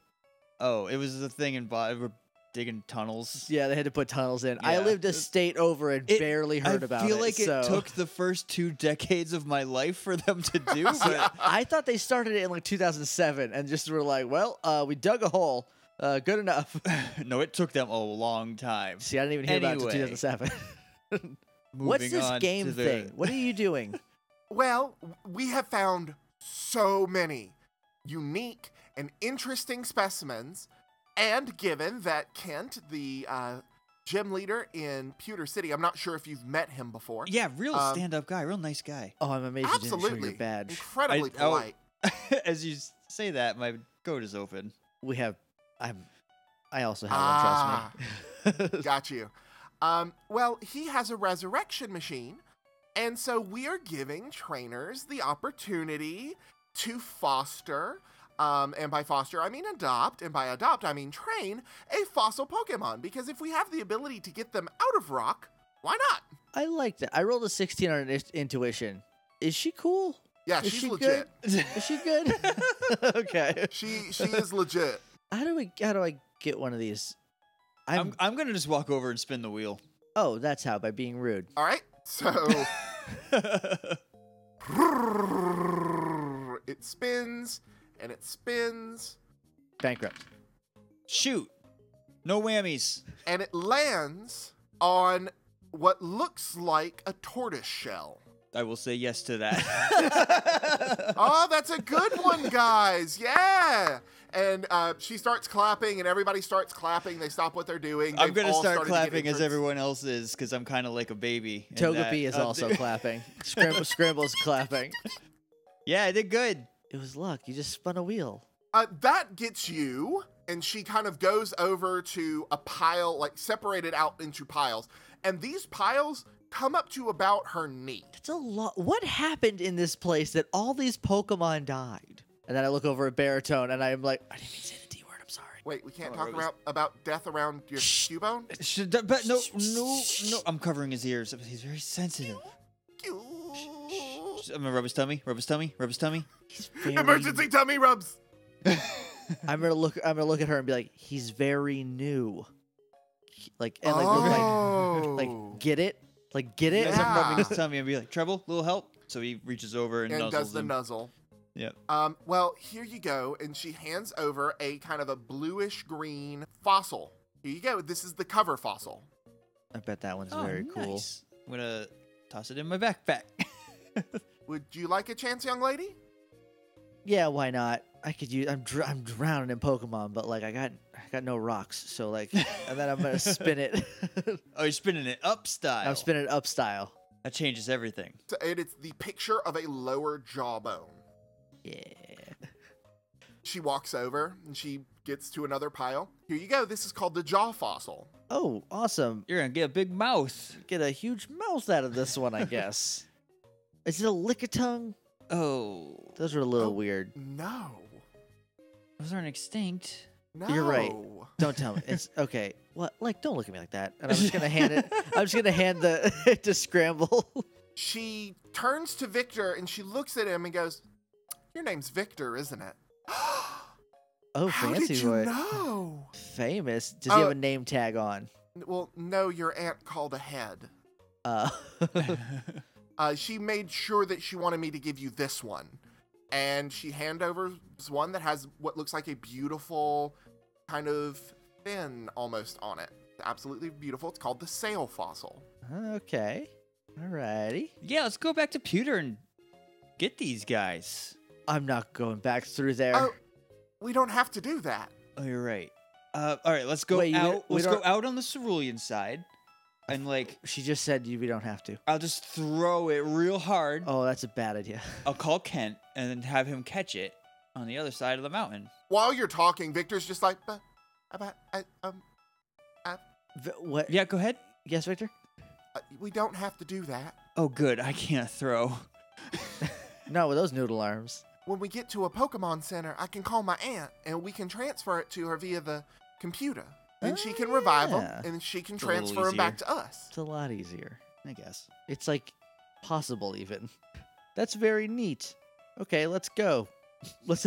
Speaker 3: oh, it was the thing in Boston. We're digging tunnels.
Speaker 2: yeah, they had to put tunnels in. I
Speaker 3: Yeah.
Speaker 2: lived a state over and
Speaker 3: It-
Speaker 2: barely heard about it.
Speaker 3: I feel like
Speaker 2: so-
Speaker 3: it took the first two decades of my life for them to do. But
Speaker 2: I thought they started it in like 2007 and just were like, well, uh, we dug a hole. Uh, good enough.
Speaker 3: no, it took them a long time.
Speaker 2: See, I didn't even hear about it
Speaker 3: Anyway.
Speaker 2: until 2007. What's
Speaker 3: Moving
Speaker 2: this
Speaker 3: on to
Speaker 2: game
Speaker 3: the-
Speaker 2: thing? What are you doing?
Speaker 1: Well, we have found so many unique and interesting specimens, and given that Kent, the uh, gym leader in Pewter City, I'm not sure if you've met him before.
Speaker 3: Yeah, real
Speaker 1: Um,
Speaker 3: stand-up guy, real nice guy.
Speaker 2: Oh, I'm amazed you didn't show
Speaker 1: absolutely,
Speaker 2: your badge.
Speaker 1: incredibly
Speaker 3: I- oh.
Speaker 1: polite.
Speaker 3: As you s- say that, my goat is open.
Speaker 2: We have. I'm. I also have
Speaker 1: Ah.
Speaker 2: one. Trust me.
Speaker 1: Got you. Um, well, he has a resurrection machine, and so we are giving trainers the opportunity to foster. Um, and by foster, I mean adopt, and by adopt, I mean train a fossil Pokemon. Because if we have the ability to get them out of rock, why not?
Speaker 2: I liked it. I rolled a 16 on int- intuition. Is she cool?
Speaker 1: Yeah,
Speaker 2: Is
Speaker 1: she's
Speaker 2: she
Speaker 1: legit.
Speaker 2: Is she good? okay.
Speaker 1: She she is legit.
Speaker 2: How do we? How do I get one of these? I'm,
Speaker 3: I'm, I'm gonna just walk over and spin the wheel.
Speaker 2: Oh, that's how by being rude.
Speaker 1: All right, so it spins and it spins.
Speaker 2: Bankrupt.
Speaker 3: Shoot, no whammies.
Speaker 1: and it lands on what looks like a tortoise shell.
Speaker 3: I will say yes to that.
Speaker 1: Oh, that's a good one, guys. Yeah. And uh, she starts clapping, and everybody starts clapping. They stop what they're doing.
Speaker 3: I'm
Speaker 1: They've
Speaker 3: gonna
Speaker 1: all
Speaker 3: start
Speaker 1: started to get
Speaker 3: clapping as
Speaker 1: entrance.
Speaker 3: everyone else is because I'm kind of like a baby. in that.
Speaker 2: Togepi is
Speaker 3: Uh,
Speaker 2: also clapping. Scramble, scrambles clapping.
Speaker 3: yeah, I did good.
Speaker 2: It was luck. You just spun a wheel.
Speaker 1: Uh, that gets you, and she kind of goes over to a pile, like separated out into piles. And these piles come up to about her knee.
Speaker 2: That's a lot. What happened in this place that all these Pokemon died? And then I look over at Baritone and I'm like, I didn't even say the D word. I'm sorry.
Speaker 1: Wait, we can't
Speaker 3: Oh,
Speaker 1: talk
Speaker 3: it was-
Speaker 1: about, about death around your cubone?
Speaker 3: Should, but no, no, no. I'm covering his ears. He's very sensitive. I'm gonna rub his tummy, rub his tummy, rub his tummy.
Speaker 2: He's very...
Speaker 1: Emergency tummy rubs.
Speaker 2: I'm gonna look. I'm gonna look at her and be like, he's very new. He- Like and like look like like get it, like get it.
Speaker 3: As I'm rubbing
Speaker 1: Oh. Yeah.
Speaker 3: his tummy, and be like, "Trouble, little help." So he reaches over and,
Speaker 1: and
Speaker 3: nuzzles
Speaker 1: does the
Speaker 3: him.
Speaker 1: nuzzle.
Speaker 3: Yep.
Speaker 1: Um, well, here you go. And she hands over a kind of a bluish green fossil. Here you go. This is the cover fossil.
Speaker 2: I bet that one's very cool.
Speaker 3: Oh, nice. I'm gonna toss it in my backpack.
Speaker 1: Would you like a chance, young lady?
Speaker 2: Yeah, why not? I could use. I'm dr- I'm drowning in Pokemon, but like I got I got no rocks, so like, and then I'm gonna spin it.
Speaker 3: oh, you're spinning it up style.
Speaker 2: I'm spinning it up style.
Speaker 3: That changes everything.
Speaker 1: So, and it's the picture of a lower jawbone.
Speaker 2: Yeah.
Speaker 1: She walks over and she gets to another pile. Here you go. This is called the jaw fossil.
Speaker 2: Oh, awesome!
Speaker 3: You're gonna get a big mouth.
Speaker 2: Get a huge mouth out of this one, I guess. Is it a lickitung?
Speaker 3: Oh,
Speaker 2: Those are a little
Speaker 1: Oh.
Speaker 2: weird.
Speaker 1: No.
Speaker 3: those aren't extinct.
Speaker 1: No.
Speaker 2: You're right. Don't tell me. It's okay. What? Like, don't look at me like that. And I'm just gonna hand it. I'm just gonna hand the to scramble.
Speaker 1: She turns to Victor and she looks at him and goes, Your name's Victor, isn't it?
Speaker 2: Oh,
Speaker 1: How
Speaker 2: fancy
Speaker 1: did you
Speaker 2: boy.
Speaker 1: know?
Speaker 2: Famous. Does he
Speaker 1: Oh.
Speaker 2: have a name tag on?
Speaker 1: Well, no, your aunt called ahead.
Speaker 2: Uh,
Speaker 1: Uh, she made sure that she wanted me to give you this one. And she hand over one that has what looks like a beautiful kind of fin almost on it. Absolutely beautiful. It's called the sail fossil.
Speaker 2: okay. Alrighty.
Speaker 3: yeah, let's go back to Pewter and get these guys.
Speaker 2: I'm not going back through there.
Speaker 1: Oh, we don't have to do that.
Speaker 3: Oh, you're right. Uh, all right, let's go
Speaker 2: Wait, you
Speaker 3: out.
Speaker 2: don't- we
Speaker 3: let's go
Speaker 2: don't-
Speaker 3: out on the cerulean side, and like
Speaker 2: She just said you we don't have to.
Speaker 3: I'll just throw it real hard.
Speaker 2: Oh, that's a bad idea.
Speaker 3: I'll call Kent and then have him catch it on the other side of the mountain.
Speaker 1: While you're talking, Victor's just like, but, but I, um,
Speaker 2: V- what?
Speaker 3: Yeah, go ahead.
Speaker 2: Yes, Victor.
Speaker 1: uh, we don't have to do that.
Speaker 3: Oh, good. I can't throw.
Speaker 2: No, with those noodle arms.
Speaker 1: When we get to a Pokemon Center, I can call my aunt and we can transfer it to her via the computer. And she can
Speaker 2: Oh,
Speaker 1: revive
Speaker 2: yeah.
Speaker 1: them and she can
Speaker 3: a little
Speaker 1: transfer them back
Speaker 3: easier.
Speaker 1: to us.
Speaker 2: It's a lot easier, I guess. It's like possible even. That's very neat. Okay, let's go. Let's.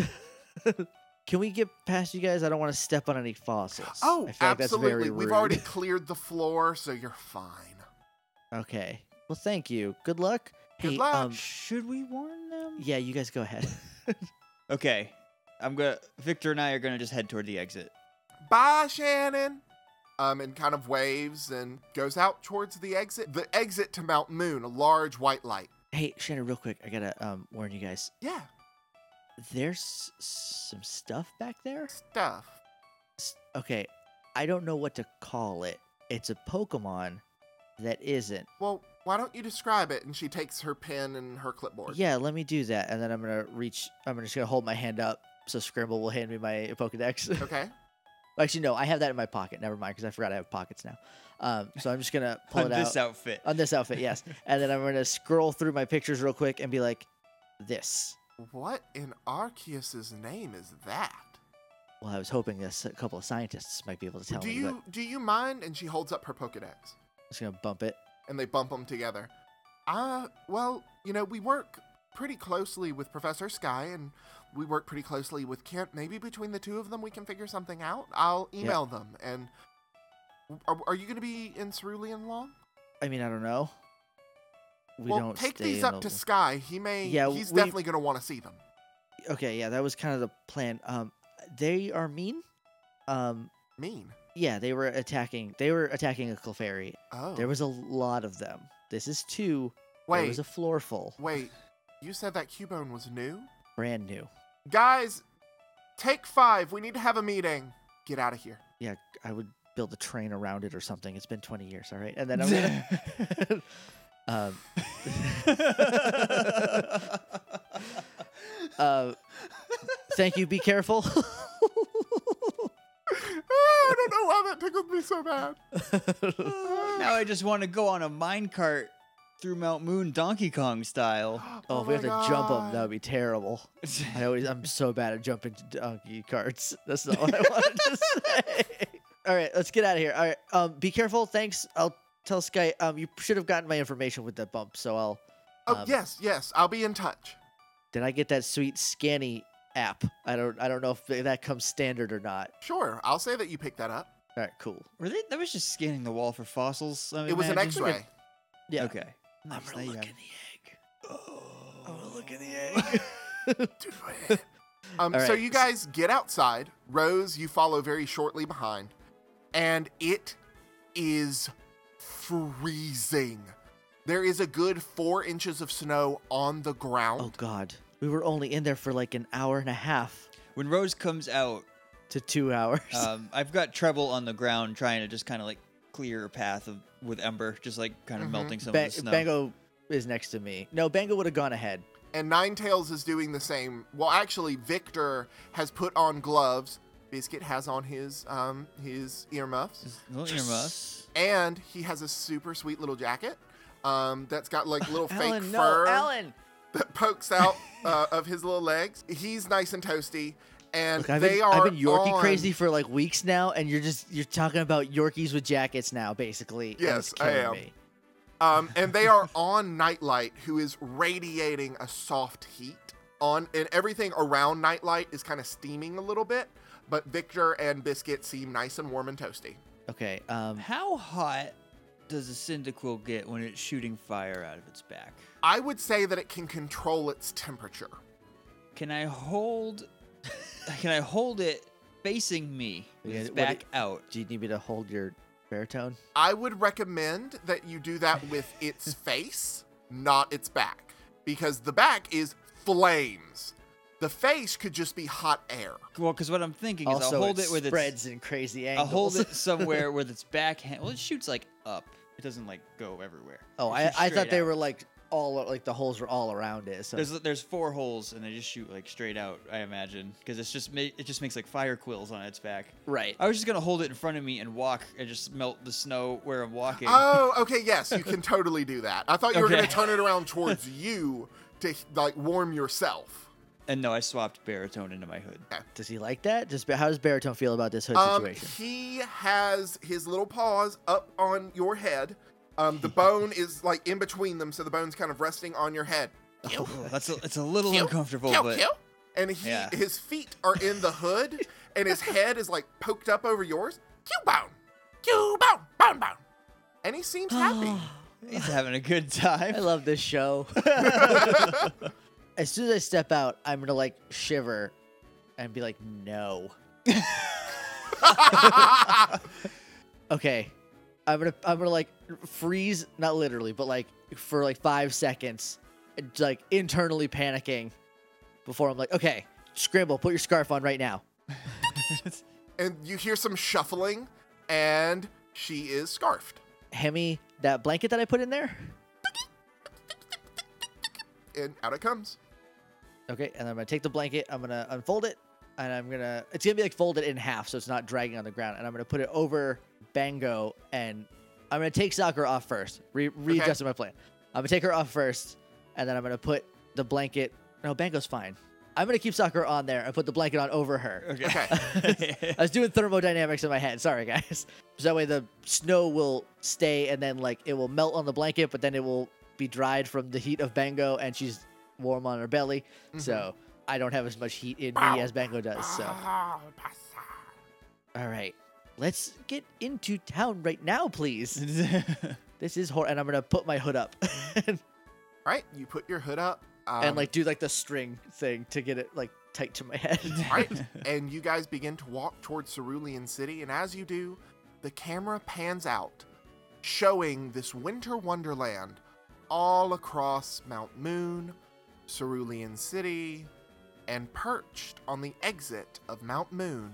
Speaker 2: Can we get past you guys? I don't want to step on any fossils.
Speaker 1: Oh,
Speaker 2: I feel like that's
Speaker 1: absolutely.
Speaker 2: very
Speaker 1: We've
Speaker 2: rude.
Speaker 1: already cleared the floor, so you're fine.
Speaker 2: Okay. Well, thank you. Good luck.
Speaker 1: Good
Speaker 2: Hey,
Speaker 1: luck.
Speaker 2: um,
Speaker 3: Should we warn them?
Speaker 2: yeah, you guys go ahead.
Speaker 3: Okay. I'm gonna. Victor and I are gonna just head toward the exit.
Speaker 1: Bye, Shannon. Um, and kind of waves and goes out towards the exit. The exit to Mount Moon, a large white light.
Speaker 2: hey, Shannon, real quick, I gotta um, warn you guys.
Speaker 1: Yeah,
Speaker 2: There's s- some stuff back there.
Speaker 1: stuff.
Speaker 2: S- Okay, I don't know what to call it. It's a Pokemon that isn't.
Speaker 1: Well, why don't you describe it? And she takes her pen and her clipboard.
Speaker 2: Yeah, let me do that, and then I'm gonna reach. I'm just gonna hold my hand up so Scramble will hand me my Pokedex.
Speaker 1: Okay.
Speaker 2: Actually, no, I have that in my pocket. Never mind, because I forgot I have pockets now. Um, so I'm just gonna pull
Speaker 3: on
Speaker 2: it
Speaker 3: this
Speaker 2: out
Speaker 3: outfit.
Speaker 2: on this outfit, yes, and then I'm gonna scroll through my pictures real quick and be like, "This."
Speaker 1: What in Arceus's name is that?
Speaker 2: Well, I was hoping this a couple of scientists might be able to tell
Speaker 1: do
Speaker 2: me, but I'm
Speaker 1: you do you mind? And she holds up her Pokedex,
Speaker 2: just gonna bump it.
Speaker 1: and they bump them together. Uh, well, you know, we work pretty closely with Professor Sky, and we work pretty closely with Kent. Maybe between the two of them, we can figure something out. I'll email them. And are, are you going to be in Cerulean long?
Speaker 2: I mean, I don't know. We
Speaker 1: well,
Speaker 2: don't
Speaker 1: take
Speaker 2: stay
Speaker 1: these
Speaker 2: in
Speaker 1: up to
Speaker 2: the-
Speaker 1: Sky. He may.
Speaker 2: Yeah,
Speaker 1: he's
Speaker 2: we-
Speaker 1: definitely going to want to see them.
Speaker 2: Okay, yeah, that was kind of the plan. Um, they are mean. Um,
Speaker 1: Mean.
Speaker 2: yeah, they were attacking. They were attacking a Clefairy.
Speaker 1: Oh,
Speaker 2: There was a lot of them. This is two. There
Speaker 1: wait,
Speaker 2: was a floor full.
Speaker 1: wait. You said that Cubone was new.
Speaker 2: Brand new.
Speaker 1: Guys, take five. We need to have a meeting. Get out of here.
Speaker 2: Yeah, I would build a train around it or something. It's been 20 years, all right? And then I'm gonna. um, uh, thank you. Be careful. Oh,
Speaker 1: Ah, I don't know why that tickled me so bad. Ah.
Speaker 3: now I just want to go on a minecart through Mount Moon, Donkey Kong style.
Speaker 1: Oh,
Speaker 2: Oh, if we
Speaker 1: my
Speaker 2: have to jump them, that
Speaker 1: God.
Speaker 2: would be terrible. I always, I'm so bad at jumping to donkey carts. That's not what I wanted to say. All right, let's get out of here. All right, um, be careful. Thanks. I'll tell Sky. Um, you should have gotten my information with that bump. So I'll.
Speaker 1: Oh,
Speaker 2: um,
Speaker 1: yes, yes. I'll be in touch.
Speaker 2: Did I get that sweet scanny app? I don't. I don't know if that comes standard or not.
Speaker 1: Sure. I'll say that you picked that up.
Speaker 2: All right, cool.
Speaker 3: Were they, that was just scanning the wall for fossils. I
Speaker 1: It was an
Speaker 3: imagine.
Speaker 1: X-ray.
Speaker 2: Yeah.
Speaker 3: Okay.
Speaker 2: I'm
Speaker 3: Nice,
Speaker 2: gonna
Speaker 3: there
Speaker 2: look in the
Speaker 3: you Oh.
Speaker 2: egg.
Speaker 3: go.
Speaker 2: I'm gonna look in the egg.
Speaker 1: Do it. Um,
Speaker 2: All
Speaker 1: So
Speaker 2: right.
Speaker 1: you guys get outside. Rose, you follow very shortly behind, and it is freezing. There is a good four inches of snow on the ground.
Speaker 2: oh God, we were only in there for like an hour and a half
Speaker 3: When Rose comes out,
Speaker 2: to two hours.
Speaker 3: um, I've got Treble on the ground trying to just kind of like clear a path of, with Ember, just like kind of
Speaker 1: Mhm.
Speaker 3: melting some
Speaker 2: Ba-
Speaker 3: of the snow.
Speaker 2: Bango is next to me. No, Bango would have gone ahead.
Speaker 1: And Ninetales is doing the same. Well, actually, Victor has put on gloves. Biscuit has on his um his earmuffs,
Speaker 3: Just little earmuffs.
Speaker 1: and he has a super sweet little jacket um that's got like little fake
Speaker 2: Alan,
Speaker 1: fur
Speaker 2: no, Alan.
Speaker 1: that pokes out uh, of his little legs. He's nice and toasty, and
Speaker 2: Look, I've
Speaker 1: they
Speaker 2: been,
Speaker 1: are
Speaker 2: I've been Yorkie
Speaker 1: on-
Speaker 2: crazy for like weeks now, and you're just you're talking about Yorkies with jackets now, basically. and it's
Speaker 1: Yes, I
Speaker 2: killing
Speaker 1: am.
Speaker 2: me.
Speaker 1: Um, and they are on Nightlight, who is radiating a soft heat on, and everything around Nightlight is kind of steaming a little bit. But Victor and Biscuit seem nice and warm and toasty.
Speaker 2: Okay. Um.
Speaker 3: How hot does a Cyndaquil get when it's shooting fire out of its back?
Speaker 1: I would say that it can control its temperature.
Speaker 3: Can I hold? can I hold it facing me? With
Speaker 2: Yeah,
Speaker 3: its
Speaker 2: what do-
Speaker 3: back out.
Speaker 2: Do you need me to hold your baritone?
Speaker 1: I would recommend that you do that with its face, not its back, because the back is flames. The face could just be hot air.
Speaker 3: Well, because what I'm thinking is
Speaker 2: also,
Speaker 3: I'll hold
Speaker 2: it,
Speaker 3: it, with
Speaker 2: spreads in crazy
Speaker 3: its. I'll
Speaker 2: angles.
Speaker 3: hold it somewhere with its back hand. Well, it shoots like up. It doesn't like go everywhere.
Speaker 2: Oh,
Speaker 3: It
Speaker 2: I,
Speaker 3: shoots
Speaker 2: I thought
Speaker 3: straight
Speaker 2: they
Speaker 3: out.
Speaker 2: were like all like the holes were all around it. So
Speaker 3: There's there's four holes and they just shoot like straight out. I imagine because it's just ma- it just makes like fire quills on its back.
Speaker 2: right.
Speaker 3: I was just gonna hold it in front of me and walk and just melt the snow where I'm walking.
Speaker 2: Ah.
Speaker 1: Oh, okay, yes, you can totally do that. I thought you were going
Speaker 3: Okay.
Speaker 1: to turn it around towards you to like warm yourself.
Speaker 3: And no, I swapped baritone into my hood.
Speaker 2: Does he like that? Just how does baritone feel about this hood
Speaker 1: Um,
Speaker 2: situation?
Speaker 1: he has his little paws up on your head. Um, the bone is like in between them, so the bone's kind of resting on your head. Ew.
Speaker 3: Oh, that's a, it's a little
Speaker 1: Pew,
Speaker 3: uncomfortable,
Speaker 1: pew,
Speaker 3: but
Speaker 1: pew. and he
Speaker 3: Yeah.
Speaker 1: his feet are in the hood, and his head is like poked up over yours. Q-bone, Q-bone, bone, bone, and he seems happy.
Speaker 3: he's having a good
Speaker 2: I
Speaker 3: time.
Speaker 2: love this show. as soon as I step out, I'm gonna like shiver and be like, no. okay. I'm gonna I'm gonna like freeze, not literally, but like for like five seconds, and, like internally panicking before I'm like, okay, scramble, put your scarf on right now.
Speaker 1: and you hear some shuffling, and she is scarfed.
Speaker 2: Hemi, that blanket that I put in there.
Speaker 1: And out it comes.
Speaker 2: Okay, and I'm gonna take the blanket. I'm gonna unfold it, and I'm gonna. It's gonna be like folded in half, so it's not dragging on the ground. And I'm gonna put it over Bango, and I'm gonna take Sakura off first. Re- readjusting my plan. I'm gonna take her off first, and then I'm gonna put the blanket. No, Bango's fine. I'm gonna keep Sakura on there and put the blanket on over her.
Speaker 1: Okay.
Speaker 3: Okay.
Speaker 2: I was doing thermodynamics in my head. Sorry, guys. So that way the snow will stay and then like it will melt on the blanket, but then it will be dried from the heat of Bango, and she's warm on her belly. So
Speaker 3: Mm-hmm.
Speaker 2: I don't have as much heat in me as Bango does. So all right, let's get into town right now, please. This is hor, and I'm gonna put my hood up and,
Speaker 1: All right, you put your hood up. Um,
Speaker 2: and like do like the string thing to get it like tight to my head.
Speaker 1: All right, and you guys begin to walk towards Cerulean City, and as you do, the camera pans out, showing this winter wonderland all across Mount Moon, Cerulean City, and perched on the exit of Mount Moon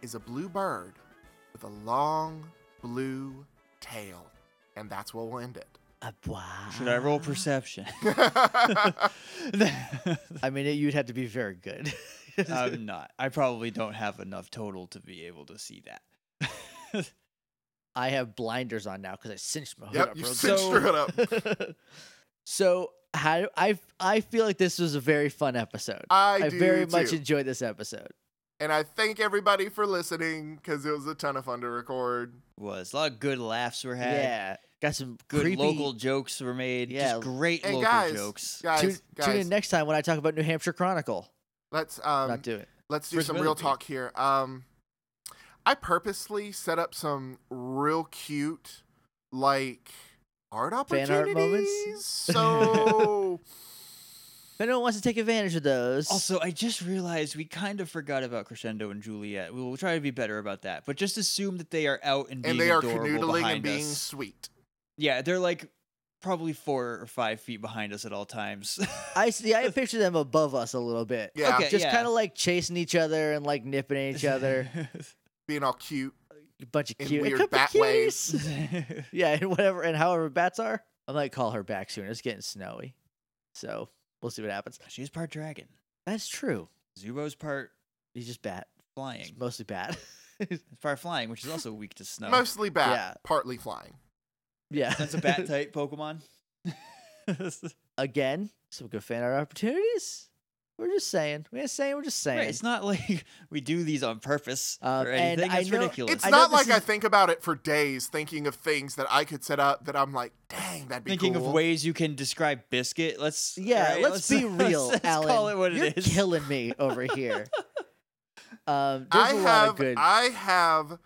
Speaker 1: is a blue bird with a long blue tail. And that's where we'll end
Speaker 2: Ah, boah.
Speaker 3: Should I roll perception?
Speaker 1: it.
Speaker 2: I mean, it, you'd have to be very good.
Speaker 3: I'm not. I probably don't have enough total to be able to see that.
Speaker 2: I have blinders on now because I cinched my hood
Speaker 1: yep,
Speaker 2: up.
Speaker 1: you
Speaker 2: real
Speaker 1: cinched your hood up.
Speaker 2: good. so how do- I I feel like this was a very fun episode.
Speaker 1: I, do
Speaker 2: very
Speaker 1: too.
Speaker 2: much enjoyed this episode.
Speaker 1: And I thank everybody for listening because it was a ton of fun to record.
Speaker 3: Was a lot of good laughs were had.
Speaker 2: yeah, got some
Speaker 3: Good
Speaker 2: creepy-
Speaker 3: local jokes were made.
Speaker 2: Yeah.
Speaker 3: Just great
Speaker 1: And
Speaker 3: local
Speaker 1: guys,
Speaker 3: jokes.
Speaker 1: guys,
Speaker 2: Tune,
Speaker 1: guys,
Speaker 2: tune in next time when I talk about New Hampshire Chronicle.
Speaker 1: let's um,
Speaker 2: Not do it.
Speaker 1: let's do
Speaker 3: Fritz
Speaker 1: some real
Speaker 3: Willoughby.
Speaker 1: talk here. Um, I purposely set up some real cute, like art
Speaker 2: Fan
Speaker 1: opportunities.
Speaker 2: art moments?
Speaker 1: So
Speaker 2: If anyone wants to take advantage of those,
Speaker 3: Also, I just realized we kind of forgot about Crescendo and Juliet. We will try to be better about that, but just assume that they are out
Speaker 1: and
Speaker 3: and, being
Speaker 1: they are
Speaker 3: adorable
Speaker 1: canoodling
Speaker 3: behind
Speaker 1: and being
Speaker 3: us.
Speaker 1: sweet.
Speaker 3: Yeah, they're like probably four or five feet behind us at all times.
Speaker 2: I see. I picture them above us a little bit,
Speaker 1: Yeah,
Speaker 3: Okay.
Speaker 2: just
Speaker 3: yeah.
Speaker 2: kind of like chasing each other and like nipping at each other.
Speaker 1: being all cute.
Speaker 2: A bunch of
Speaker 1: In
Speaker 2: cute, a
Speaker 1: weird
Speaker 2: couple
Speaker 1: bat ways.
Speaker 2: cuties. Yeah, and whatever, and however bats are, I might call her back soon. It's getting snowy, so we'll see what happens.
Speaker 3: She's part dragon.
Speaker 2: That's true.
Speaker 3: Zubo's part
Speaker 2: He's just bat. It's
Speaker 3: flying.
Speaker 2: mostly bat.
Speaker 3: It's part flying, which is also weak to snow.
Speaker 1: Mostly bat,
Speaker 2: Yeah.
Speaker 1: partly flying.
Speaker 2: yeah,
Speaker 3: That's a bat type Pokemon.
Speaker 2: Again, some good fan art opportunities. We're just saying. We're just saying. We're just saying.
Speaker 3: Right, it's not like we do these on purpose
Speaker 2: Um,
Speaker 3: or
Speaker 2: and
Speaker 3: anything.
Speaker 2: I
Speaker 3: It's
Speaker 2: know-
Speaker 3: ridiculous.
Speaker 1: It's
Speaker 2: I know
Speaker 1: not
Speaker 2: this
Speaker 1: like I
Speaker 2: is-
Speaker 1: think about it for days, thinking of things that I could set up that I'm like, dang, that'd be
Speaker 3: Thinking
Speaker 1: cool.
Speaker 3: of ways you can describe biscuit. Let's
Speaker 2: yeah,
Speaker 3: right,
Speaker 2: let's, be real,
Speaker 3: let's
Speaker 2: Alan.
Speaker 3: Call it what
Speaker 2: You're
Speaker 3: it is.
Speaker 2: killing me over here. um, there's
Speaker 1: I
Speaker 2: a lot
Speaker 1: have
Speaker 2: of good.
Speaker 1: I have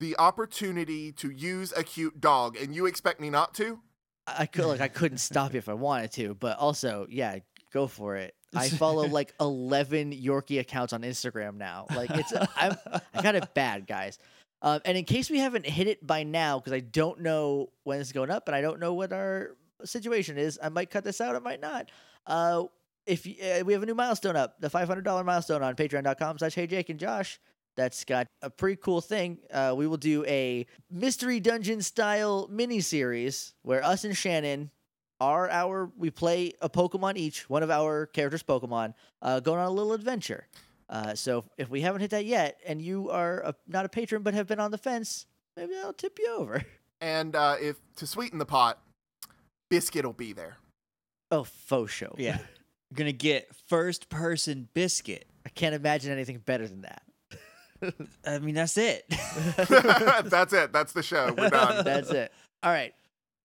Speaker 1: the opportunity to use a cute dog, and you expect me not to?
Speaker 2: I could like I couldn't stop you if I wanted to, but also, yeah, go for it. I follow like eleven Yorkie accounts on Instagram now. Like it's I'm, I got it bad, guys. Um, and in case we haven't hit it by now, because I don't know when this is going up, and I don't know what our situation is, I might cut this out. I might not. Uh, if you, uh, we have a new milestone up, the five hundred dollar milestone on Patreon.com/slash Hey Jake and Josh. That's got a pretty cool thing. Uh, we will do a mystery dungeon style mini series where us and Shannon are our we play a Pokemon each, one of our characters' Pokemon, uh, going on a little adventure. Uh, so if we haven't hit that yet, and you are a, not a patron but have been on the fence, maybe I'll tip you over.
Speaker 1: And uh, if to sweeten the pot, biscuit will be there.
Speaker 2: Oh, faux show.
Speaker 3: Yeah. We're gonna get first person biscuit.
Speaker 2: I can't imagine anything better than that.
Speaker 3: I mean, that's it.
Speaker 1: That's it. That's the show. We're done.
Speaker 2: That's it. All right.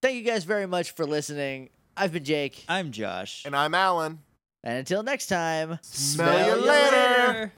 Speaker 2: Thank you guys very much for listening. I've been Jake,
Speaker 3: I'm Josh.
Speaker 1: And I'm Alan.
Speaker 2: and until next time.
Speaker 1: Smell you later.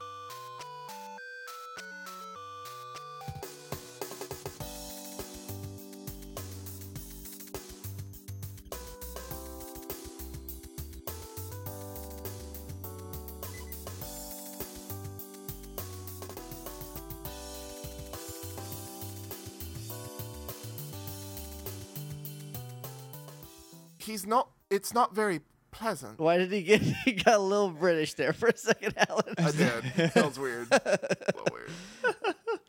Speaker 1: He's not. It's not very pleasant.
Speaker 2: Why did he get? He got a little British there for a second, Alan.
Speaker 1: I did. Feels weird. A little weird.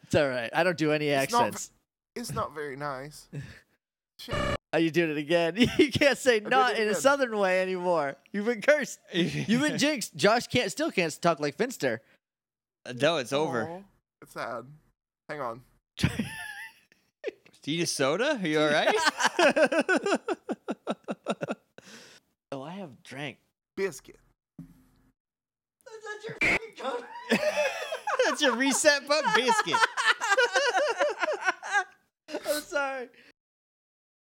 Speaker 2: It's all right. I don't do any
Speaker 1: It's not
Speaker 2: accents.
Speaker 1: It's not very nice. Shit.
Speaker 2: Are you doing it again? You can't say
Speaker 1: did
Speaker 2: not
Speaker 1: it
Speaker 2: in a
Speaker 1: again.
Speaker 2: southern way anymore. You've been cursed. You've been jinxed. Josh can't still can't talk like Finster.
Speaker 3: No, it's over.
Speaker 1: Aw, It's sad. Hang on.
Speaker 3: Do you need a soda? Are you all right?
Speaker 2: Oh, I have drank.
Speaker 1: Biscuit.
Speaker 3: That's your reset button biscuit.
Speaker 2: I'm sorry.